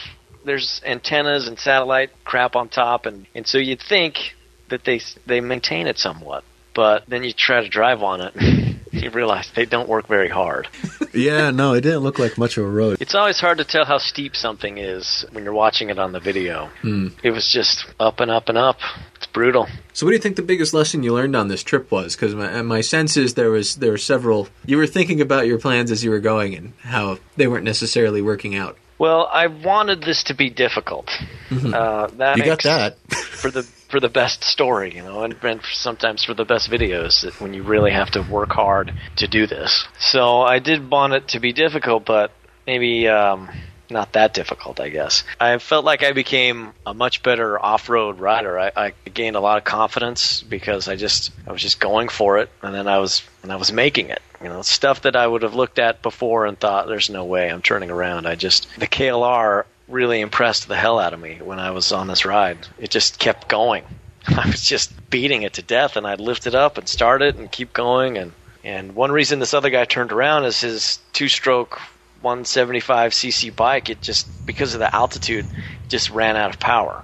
there's antennas and satellite crap on top, and and so you'd think that they they maintain it somewhat, but then you try to drive on it, you realize they don't work very hard. yeah, no, it didn't look like much of a road. It's always hard to tell how steep something is when you're watching it on the video. Hmm. It was just up and up and up. It's brutal. so, what do you think the biggest lesson you learned on this trip was? Because my, uh, my sense is there was there were several. You were thinking about your plans as you were going and how they weren't necessarily working out. Well, I wanted this to be difficult. Uh, that Mm-hmm. You got makes- that. for the for the best story, you know, and, and sometimes for the best videos that when you really have to work hard to do this. So I did want it to be difficult, but maybe um, not that difficult, I guess. I felt like I became a much better off-road rider. I, I gained a lot of confidence because I just I was just going for it, and then I was and I was making it. You know, stuff that I would have looked at before and thought, "There's no way I'm turning around." I just the KLR really impressed the hell out of me when I was on this ride. It just kept going. I was just beating it to death, and I'd lift it up and start it and keep going. And and one reason this other guy turned around is his two stroke 175cc bike, it just because of the altitude, just ran out of power.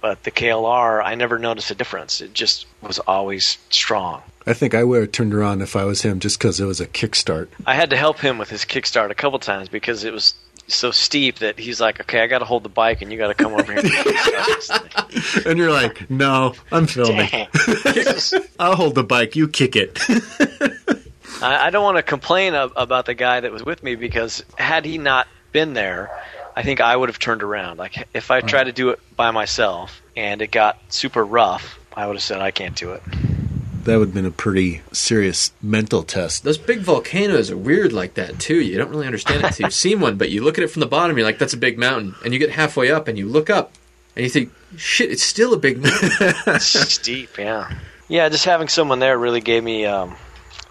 But the KLR, I never noticed a difference. It just was always strong. I think I would have turned around if I was him just because it was a kickstart. I had to help him with his kickstart a couple times because it was so steep that he's like, "Okay, I got to hold the bike, and you got to come over here." and kickstart this thing." And you're like, no, I'm filming. Damn. This is- I'll hold the bike. You kick it. I, I don't want to complain ab- about the guy that was with me because had he not been there, I think I would have turned around. Like if I tried to do it by myself and it got super rough, I would have said, "I can't do it." that would have been a pretty serious mental test. Those big volcanoes are weird like that too. You don't really understand it until you've seen one, but you look at it from the bottom, you're like, "That's a big mountain," and you get halfway up and you look up and you think, "Shit, it's still a big mountain." It's steep, yeah. Yeah, just having someone there really gave me um,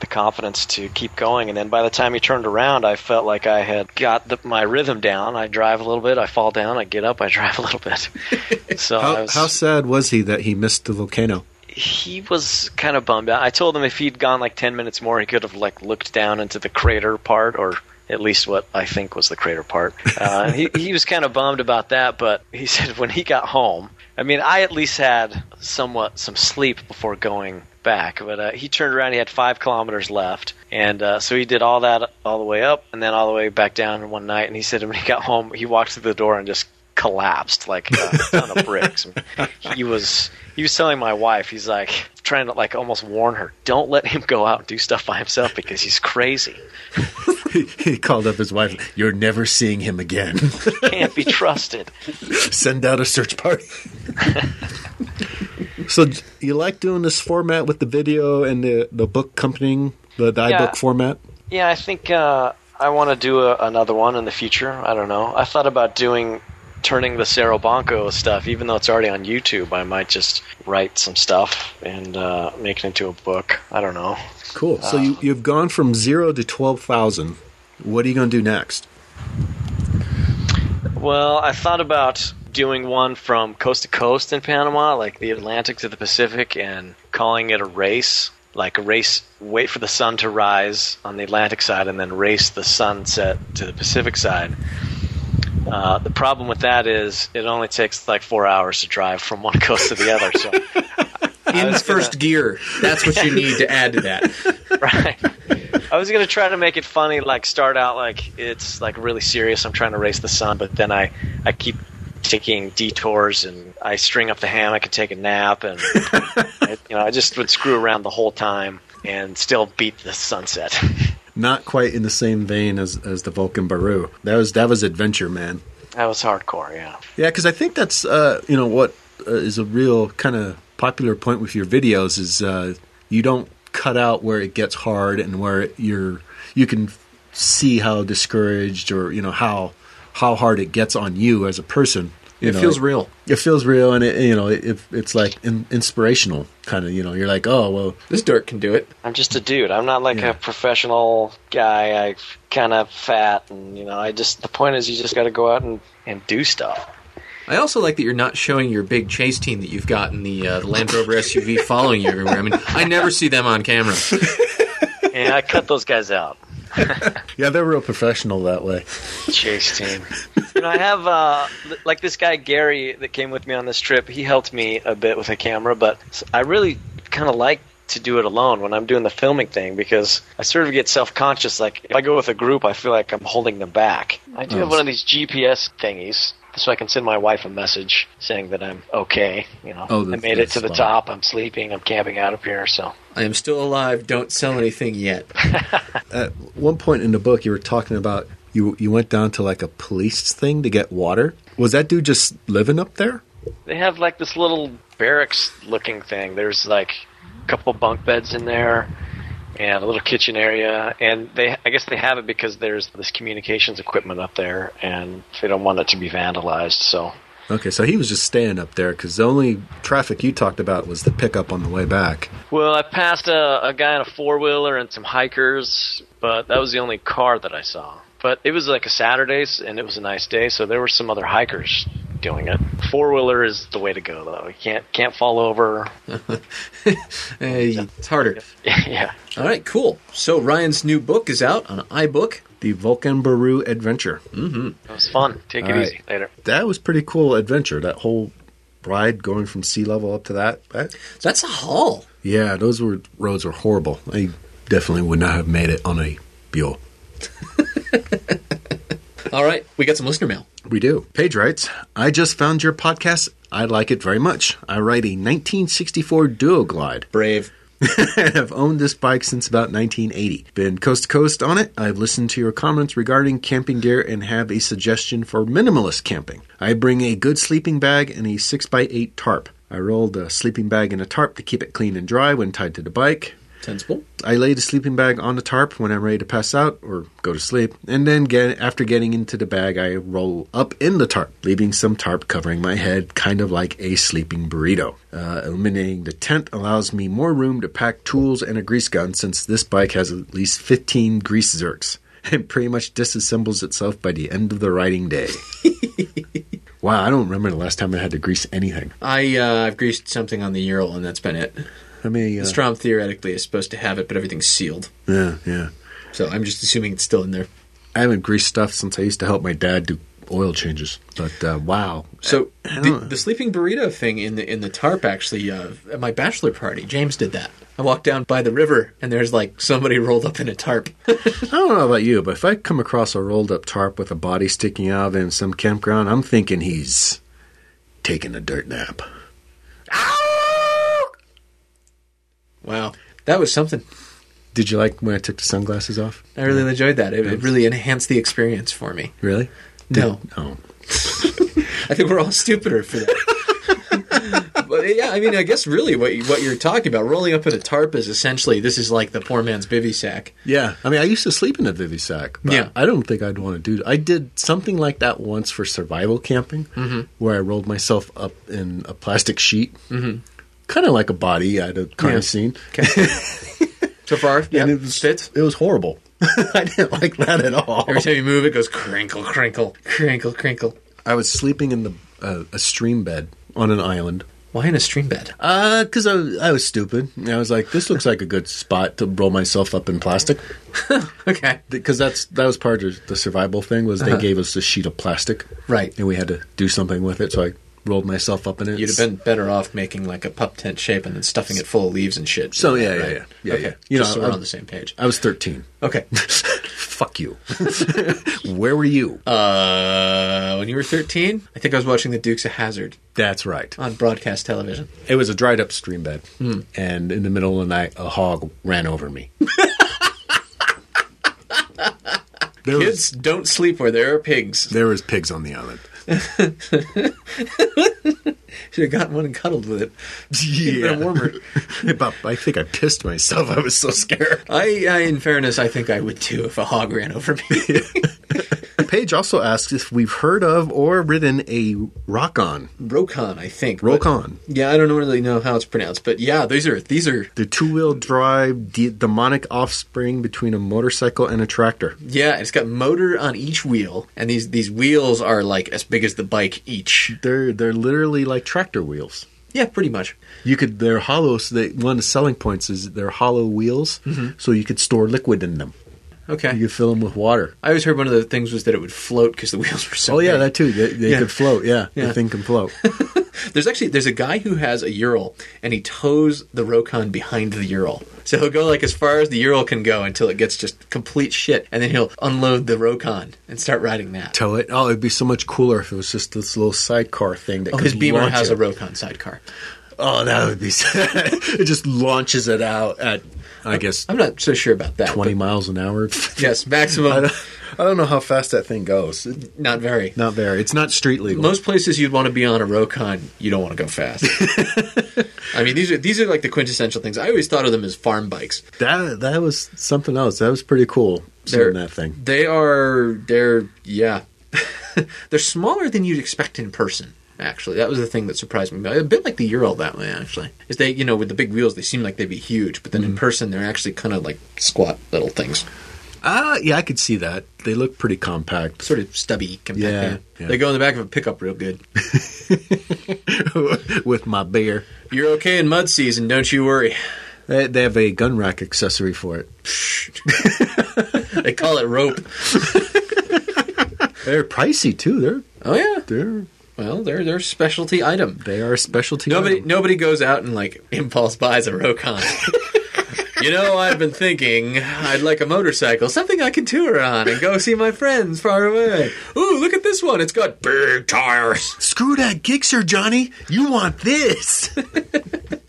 the confidence to keep going. And then by the time he turned around, I felt like I had got the, my rhythm down. I drive a little bit, I fall down, I get up, I drive a little bit. So I How, was, how sad was he that he missed the volcano? he was kind of bummed out. I told him if he'd gone like ten minutes more, he could have like looked down into the crater part, or at least what I think was the crater part. Uh, he he was kind of bummed about that, but he said when he got home, I mean, I at least had somewhat some sleep before going back. But uh, he turned around, he had five kilometers left, and uh, so he did all that all the way up and then all the way back down in one night. And he said when he got home, he walked through the door and just collapsed like a ton of bricks. He was he was telling my wife, he's like trying to like almost warn her, don't let him go out and do stuff by himself because he's crazy. He, he called up his wife. You're never seeing him again. Can't be trusted. Send out a search party. so j- you like doing this format with the video and the, the book accompanying the, the Yeah. iBook format? Yeah, I think uh, I want to do a, another one in the future. I don't know. I thought about doing turning the Cerro Banco stuff, even though it's already on YouTube. I might just write some stuff and uh, make it into a book. I don't know. Cool. So you, you've gone from zero to 12,000. What are you going to do next? Well, I thought about doing one from coast to coast in Panama, like the Atlantic to the Pacific, and calling it a race. Like a race, wait for the sun to rise on the Atlantic side and then race the sunset to the Pacific side. Uh, the problem with that is it only takes like four hours to drive from one coast to the other. So, In was gonna- first gear, that's what you need to add to that. right. I was gonna try to make it funny, like start out like it's like really serious. I'm trying to race the sun, but then I I keep taking detours and I string up the hammock and take a nap, and I, you know I just would screw around the whole time and still beat the sunset. Not quite in the same vein as, as the Vulcan Baru. That was that was adventure, man. that was hardcore, yeah. Yeah, because I think that's uh, you know what uh, is a real kind of popular point with your videos is uh, you don't cut out where it gets hard and where you're you can see how discouraged or you know how how hard it gets on you as a person. You It know, feels real. It feels real, and it you know it, it, it's like in, inspirational kind of. You know, you're like, oh well, This dirt can do it. I'm just a dude. I'm not like Yeah. a professional guy. I kind of fat, and you know I just the point is you just got to go out and and do stuff. I also like that you're not showing your big chase team that you've got in the, uh, the Land Rover SUV following you everywhere. I mean, I never see them on camera. And I cut those guys out. yeah, they're real professional that way. chase team. you know, I have uh, li- like this guy Gary that came with me on this trip. He helped me a bit with the camera, but s- I really kind of like to do it alone when I'm doing the filming thing because I sort of get self conscious. Like if I go with a group, I feel like I'm holding them back. I do have one of these GPS thingies. So I can send my wife a message saying that I'm okay. You know, Oh, I that's- made it that's to the smart. top. I'm sleeping. I'm camping out up here. So I am still alive. Don't sell anything yet. one point in the book you were talking about you you went down to like a police thing to get water. Was that dude just living up there? They have like this little barracks looking thing. There's like a couple bunk beds in there and a little kitchen area and they I guess they have it because there's this communications equipment up there and they don't want it to be vandalized. So Okay, so he was just staying up there because the only traffic you talked about was the pickup on the way back. well, I passed a, a guy in a four wheeler and some hikers, but that was the only car that I saw. But it was like a Saturday, s- and it was a nice day, so there were some other hikers doing it. Four wheeler is the way to go, though. You can't can't fall over. Hey, it's harder. yeah. All right, cool. So Ryan's new book is out on iBook. the Vulcan Baru adventure. It was fun. Take it All right. easy. Later. That was pretty cool adventure. That whole ride going from sea level up to that. that That's a haul. yeah, those were roads were horrible. I definitely would not have made it on a Buell. All right, we got some listener mail. We do. Paige writes, I just found your podcast. I like it very much. I ride a 1964 Duoglide. Brave. I have owned this bike since about 1980. Been coast to coast on it. I've listened to your comments regarding camping gear and have a suggestion for minimalist camping. I bring a good sleeping bag and a 6x8 tarp. I rolled a sleeping bag in a tarp to keep it clean and dry when tied to the bike. Sensible. I lay the sleeping bag on the tarp when I'm ready to pass out or go to sleep, and then get, after getting into the bag, I roll up in the tarp, leaving some tarp covering my head, kind of like a sleeping burrito. Uh, eliminating the tent allows me more room to pack tools and a grease gun since this bike has at least 15 grease zerks and pretty much disassembles itself by the end of the riding day. wow, I don't remember the last time I had to grease anything. I uh, I've greased something on the ural and that's been it. I mean, uh, The Strom theoretically is supposed to have it, but everything's sealed, yeah, yeah. so I'm just assuming it's still in there. I haven't greased stuff since I used to help my dad do oil changes. But uh, wow, So the, the sleeping burrito thing in the in the tarp actually uh, at my bachelor party, James did that. I walked down by the river and there's like somebody rolled up in a tarp. I don't know about you, but if I come across a rolled up tarp with a body sticking out of it in some campground, I'm thinking he's taking a dirt nap. wow, that was something. Did you like when I took the sunglasses off? I really enjoyed that. It, it really enhanced the experience for me. Really? No, Oh, I think we're all stupider for that. but yeah, I mean, I guess really what you, what you're talking about, rolling up in a tarp, is essentially this is like the poor man's bivy sack. yeah. I mean, I used to sleep in a vivisac. But Yeah. I don't think I'd want to do. I did something like that once for survival camping, Mm-hmm. where I rolled myself up in a plastic sheet, mm-hmm. kind of like a body out of crime Yeah. scene. So far, yeah, And it it was- fits. It was horrible. I didn't like that at all. Every time you move, it goes crinkle, crinkle, crinkle, crinkle. I was sleeping in the uh, a stream bed on an island. Why in a stream bed? Uh, cause I was, I was stupid. And I was like, this looks like a good spot to roll myself up in plastic. Okay, Because that's that was part of the survival thing was they gave us a sheet of plastic, Right. And we had to do something with it. So I rolled myself up in it. you'd have been better off making like a pup tent shape and then stuffing it full of leaves and shit. So, yeah, yeah, Right? yeah. Yeah, okay. yeah. You You Just know, so we're I- on the same page. I was thirteen. Okay. Fuck you. Where were you? Uh, when you were 13, I think I was watching The Dukes of Hazard that's right. on broadcast television. It was a dried up stream bed, Hmm. and in the middle of the night, a hog ran over me. There was- Kids don't sleep where there are pigs. There was pigs on the island. Should have gotten one and cuddled with it. Yeah, Been warmer. But I think I pissed myself. I was so scared. I, I, in fairness, I think I would too if a hog ran over me. Paige also asks if we've heard of or ridden a rock on. Rokon, I think. but- Rokon. Yeah, I don't really know how it's pronounced, but yeah, these are these are The two wheel drive de- demonic offspring between a motorcycle and a tractor. yeah. It's got motor on each wheel, and these these wheels are like as big as the bike each. They're they're literally like tractor wheels. Yeah, pretty much. You could they're hollow. So they, one of the selling points is they're hollow wheels, so you could store liquid in them. Okay. You could fill them with water. I always heard one of the things was that it would float because the wheels were so. Oh yeah, big. that too. They, they Yeah. could float. Yeah, Yeah. the thing can float. There's actually there's a guy who has a Ural and he tows the Rokon behind the Ural. So he'll go like as far as the Ural can go until it gets just complete shit, and then he'll unload the Rokon and start riding that. tow it. Oh, it'd be so much cooler if it was just this little sidecar thing that Oh, could his Beamer launch has it. a Rokon sidecar. Oh, that would be. it just launches it out at, I guess, I'm not so sure about that. twenty miles an hour. but yes, I maximum. don't, I don't know how fast that thing goes. It- Not very. Not very. It's not street legal. Most places you'd want to be on a Rokon, you don't want to go fast. I mean, these are these are like the quintessential things. I always thought of them as farm bikes. that that was something else. That was pretty cool. Seeing that thing. They are they're yeah. they're smaller than you'd expect in person. Actually, that was the thing that surprised me. A bit like the Ural that way. Actually, is they you know with the big wheels they seem like they'd be huge, but then Mm-hmm. in person they're actually kind of like squat little things, Ah, yeah, I could see that. They look pretty compact. sort of stubby compact. Yeah, Yeah, yeah. They go in the back of a pickup real good. With my beer, You're okay in mud season, don't you worry. they, they have a gun rack accessory for it. they call it rope. They're pricey too. They're Oh yeah. they're Well, they're their specialty item. they are a specialty. Nobody item. nobody goes out and like impulse buys a Rokon. you know, I've been thinking I'd like a motorcycle, something I can tour on and go see my friends far away. Ooh, look at this one. It's got big tires. Screw that Gixxer, Johnny. You want this?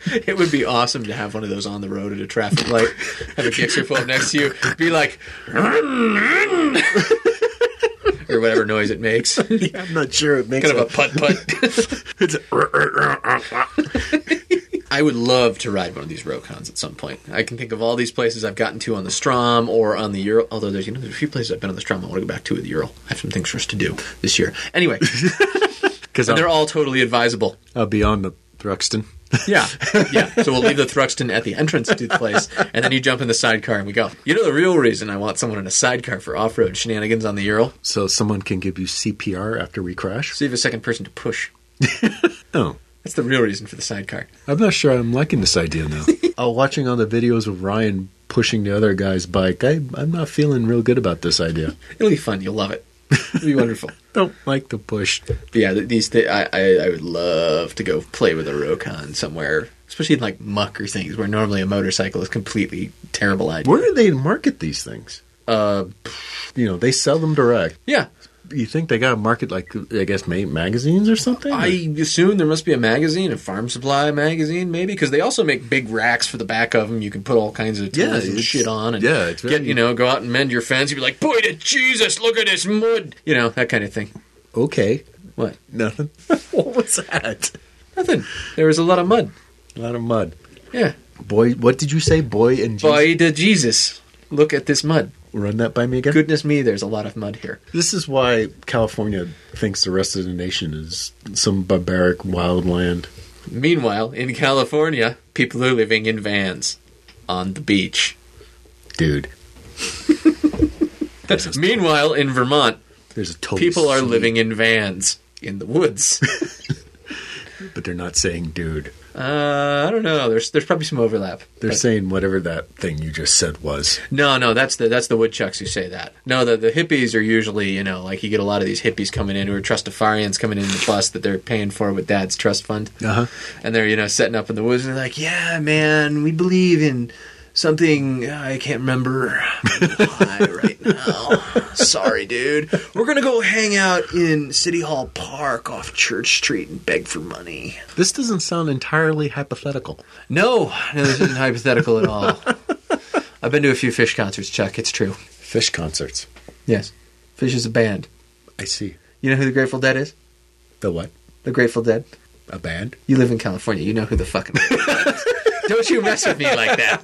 It would be awesome to have one of those on the road at a traffic light. Have a Gixxer pull up next to you, be like, "Mm, or whatever noise it makes. kind I'm not sure it makes of a putt putt. It's a- I would love to ride one of these Rokons at some point. I can think of all these places I've gotten to on the Strom or on the Ural. Although there's you know there's a few places I've been on the Strom I want to go back to with the Ural. I have some things for us to do this year. Anyway, because and they're I'll, all totally advisable. I'll be on the Thruxton. Yeah, yeah. So we'll leave the Thruxton at the entrance to the place, and then you jump in the sidecar and we go. You know the real reason I want someone in a sidecar for off-road shenanigans on the Ural. So someone can give you CPR after we crash. So you have a second person to push. Oh, That's the real reason for the sidecar. I'm not sure I'm liking this idea now. oh, watching all the videos of Ryan pushing the other guy's bike, I, I'm not feeling real good about this idea. It'll be fun. You'll love it. It'll be wonderful. Don't like the push. But yeah, th- these th- I, I I would love to go play with a Rokon somewhere, especially in like muck or things where normally a motorcycle is completely terrible idea. Where do they market these things? Uh, You know, they sell them direct. yeah, You think they got to market like I guess ma- magazines or something? I assume there must be a magazine, a farm supply magazine, maybe, because they also make big racks for the back of them. You can put all kinds of Yeah, tools and it's- shit on, and yeah, it's get very- you know go out and mend your fence. You'd be like, boy to Jesus, look at this mud, you know that kind of thing. okay, What? nothing. what was that? Nothing. There was a lot of mud. A lot of mud. Yeah, Boy, what did you say? Boy and Jesus. boy to Jesus, look at this mud. Run that by me again. Goodness me, there's a lot of mud here. This is why California thinks the rest of the nation is some barbaric wild land. Meanwhile, in California, people are living in vans on the beach. Dude, Meanwhile, in Vermont, there's a total. people are sea, living in vans in the woods. but they're not saying dude. Uh, I don't know. There's there's probably some overlap. They're saying whatever that thing you just said was. No, no, that's the that's the woodchucks who say that. No, the the hippies are usually you know like you get a lot of these hippies coming in who are trustafarians coming in the bus that they're paying for with dad's trust fund. Uh huh. and they're you know setting up in the woods and they're like yeah man we believe in something i can't remember why right now sorry dude we're gonna go hang out in city hall park off church street and beg for money This doesn't sound entirely hypothetical. no no this isn't hypothetical at all i've been to a few fish concerts chuck it's true Fish concerts. yes fish is a band I see. you know who the grateful dead is The what? the grateful dead A band? You live in California. You know who the fucking. Don't you mess with me like that.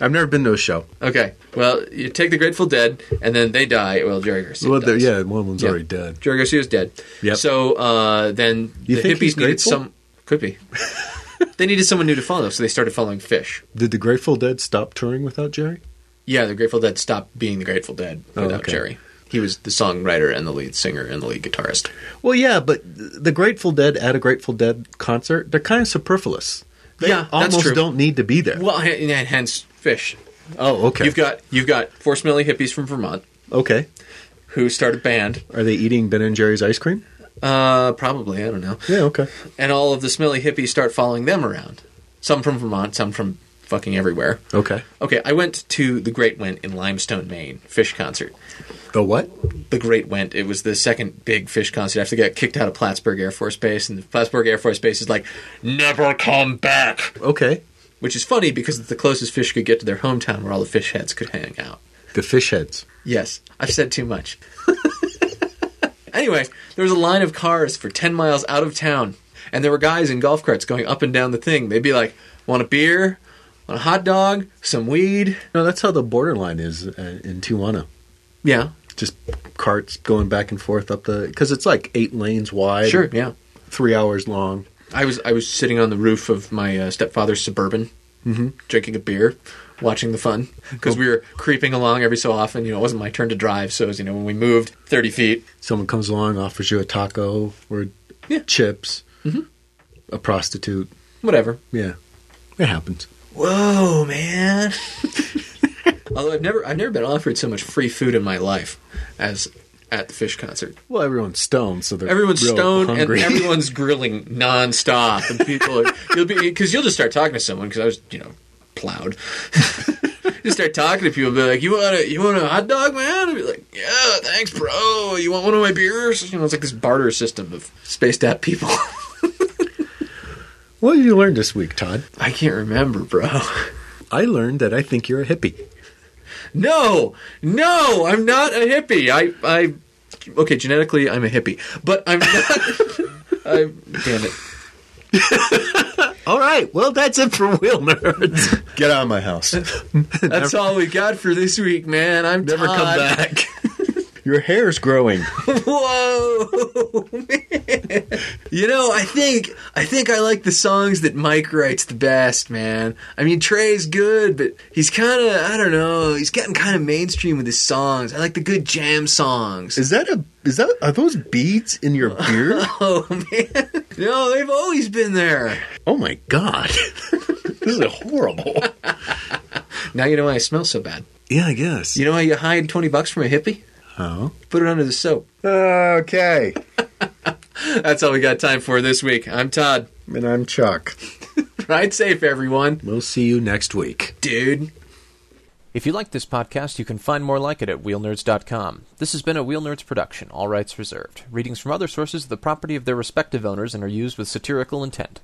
I've never been to a show. Okay. Well, you take the Grateful Dead, and then they die. Well, Jerry Garcia. Well, there- dies. yeah, one of them's Yeah. already dead. Jerry Garcia's dead. Yep. So uh, then You the think hippies he's needed grateful? some. Could be. they needed someone new to follow, so they started following Fish. Did the Grateful Dead stop touring without Jerry? Yeah, the Grateful Dead stopped being the Grateful Dead without Oh, okay. Jerry. He was the songwriter and the lead singer and the lead guitarist. Well, yeah, but the Grateful Dead at a Grateful Dead concert, they're kind of superfluous. They Yeah, that's almost true. don't need to be there. Well, and and hence Fish. Oh, okay. You've got you've got four smelly hippies from Vermont okay. who start a band. Are they eating Ben and Jerry's ice cream? Uh, probably I don't know. Yeah, okay. and all of the smelly hippies start following them around. Some from Vermont, some from fucking everywhere. Okay. Okay, I went to the Great Went in Limestone, Maine, fish concert. The what? The Great Went, it was the second big fish concert after they got kicked out of Plattsburgh Air Force Base, and the Plattsburgh Air Force Base is like, never come back! Okay. Which is funny because it's the closest fish could get to their hometown where all the fish heads could hang out. The fish heads. Yes, I've said too much. anyway, there was a line of cars for 10 miles out of town, and there were guys in golf carts going up and down the thing. They'd be like, Want a beer? Want a hot dog? Some weed? No, that's how the borderline is uh, in Tijuana. Yeah, Just carts going back and forth up the because it's like eight lanes wide, sure, yeah. three hours long. I was I was sitting on the roof of my uh, stepfather's suburban, drinking a beer, watching the fun because we were creeping along every so often. You know, it wasn't my turn to drive, so it was, you know when we moved thirty feet, Someone comes along, offers you a taco or Yeah. chips, a prostitute. whatever. Yeah, it happens. Whoa, man! Although I've never I've never been offered so much free food in my life as at the fish concert. Well, everyone's stoned, so they're Everyone's real stoned hungry. and everyone's grilling nonstop, and people are, you'll be because you'll just start talking to someone because I was you know plowed. just start talking to people, be like, "You want a you want a hot dog, man?" And be like, "Yeah, thanks, bro. You want one of my beers?" You know, it's like this barter system of spaced out people. what did you learn this week, Todd? I can't remember, bro. I learned that I think you're a hippie. No, no, I'm not a hippie. I, I, okay, genetically, I'm a hippie, but I'm not. I'm damn it. All right. Well, that's it for Wheel Nerds. Get out of my house. That's all we got for this week, man. I'm Never Todd. come back. Your hair's growing. Whoa, man. You know, I think I think I like the songs that Mike writes the best, man. I mean, Trey's good, but he's kind of I don't know. He's gotten kind of mainstream with his songs. I like the good jam songs. Is that a? Is that are those beads in your beard? oh man, no, they've always been there. Oh my god, this is horrible. Now you know why I smell so bad. Yeah, I guess. You know how you hide 20 bucks from a hippie? Oh. Put it under the soap. Okay. That's all we got time for this week. I'm Todd. And I'm Chuck. Ride safe, everyone. We'll see you next week. Dude. If you like this podcast, you can find more like it at wheelnerds.com. This has been a Wheel Nerds production, all rights reserved. Readings from other sources are the property of their respective owners and are used with satirical intent.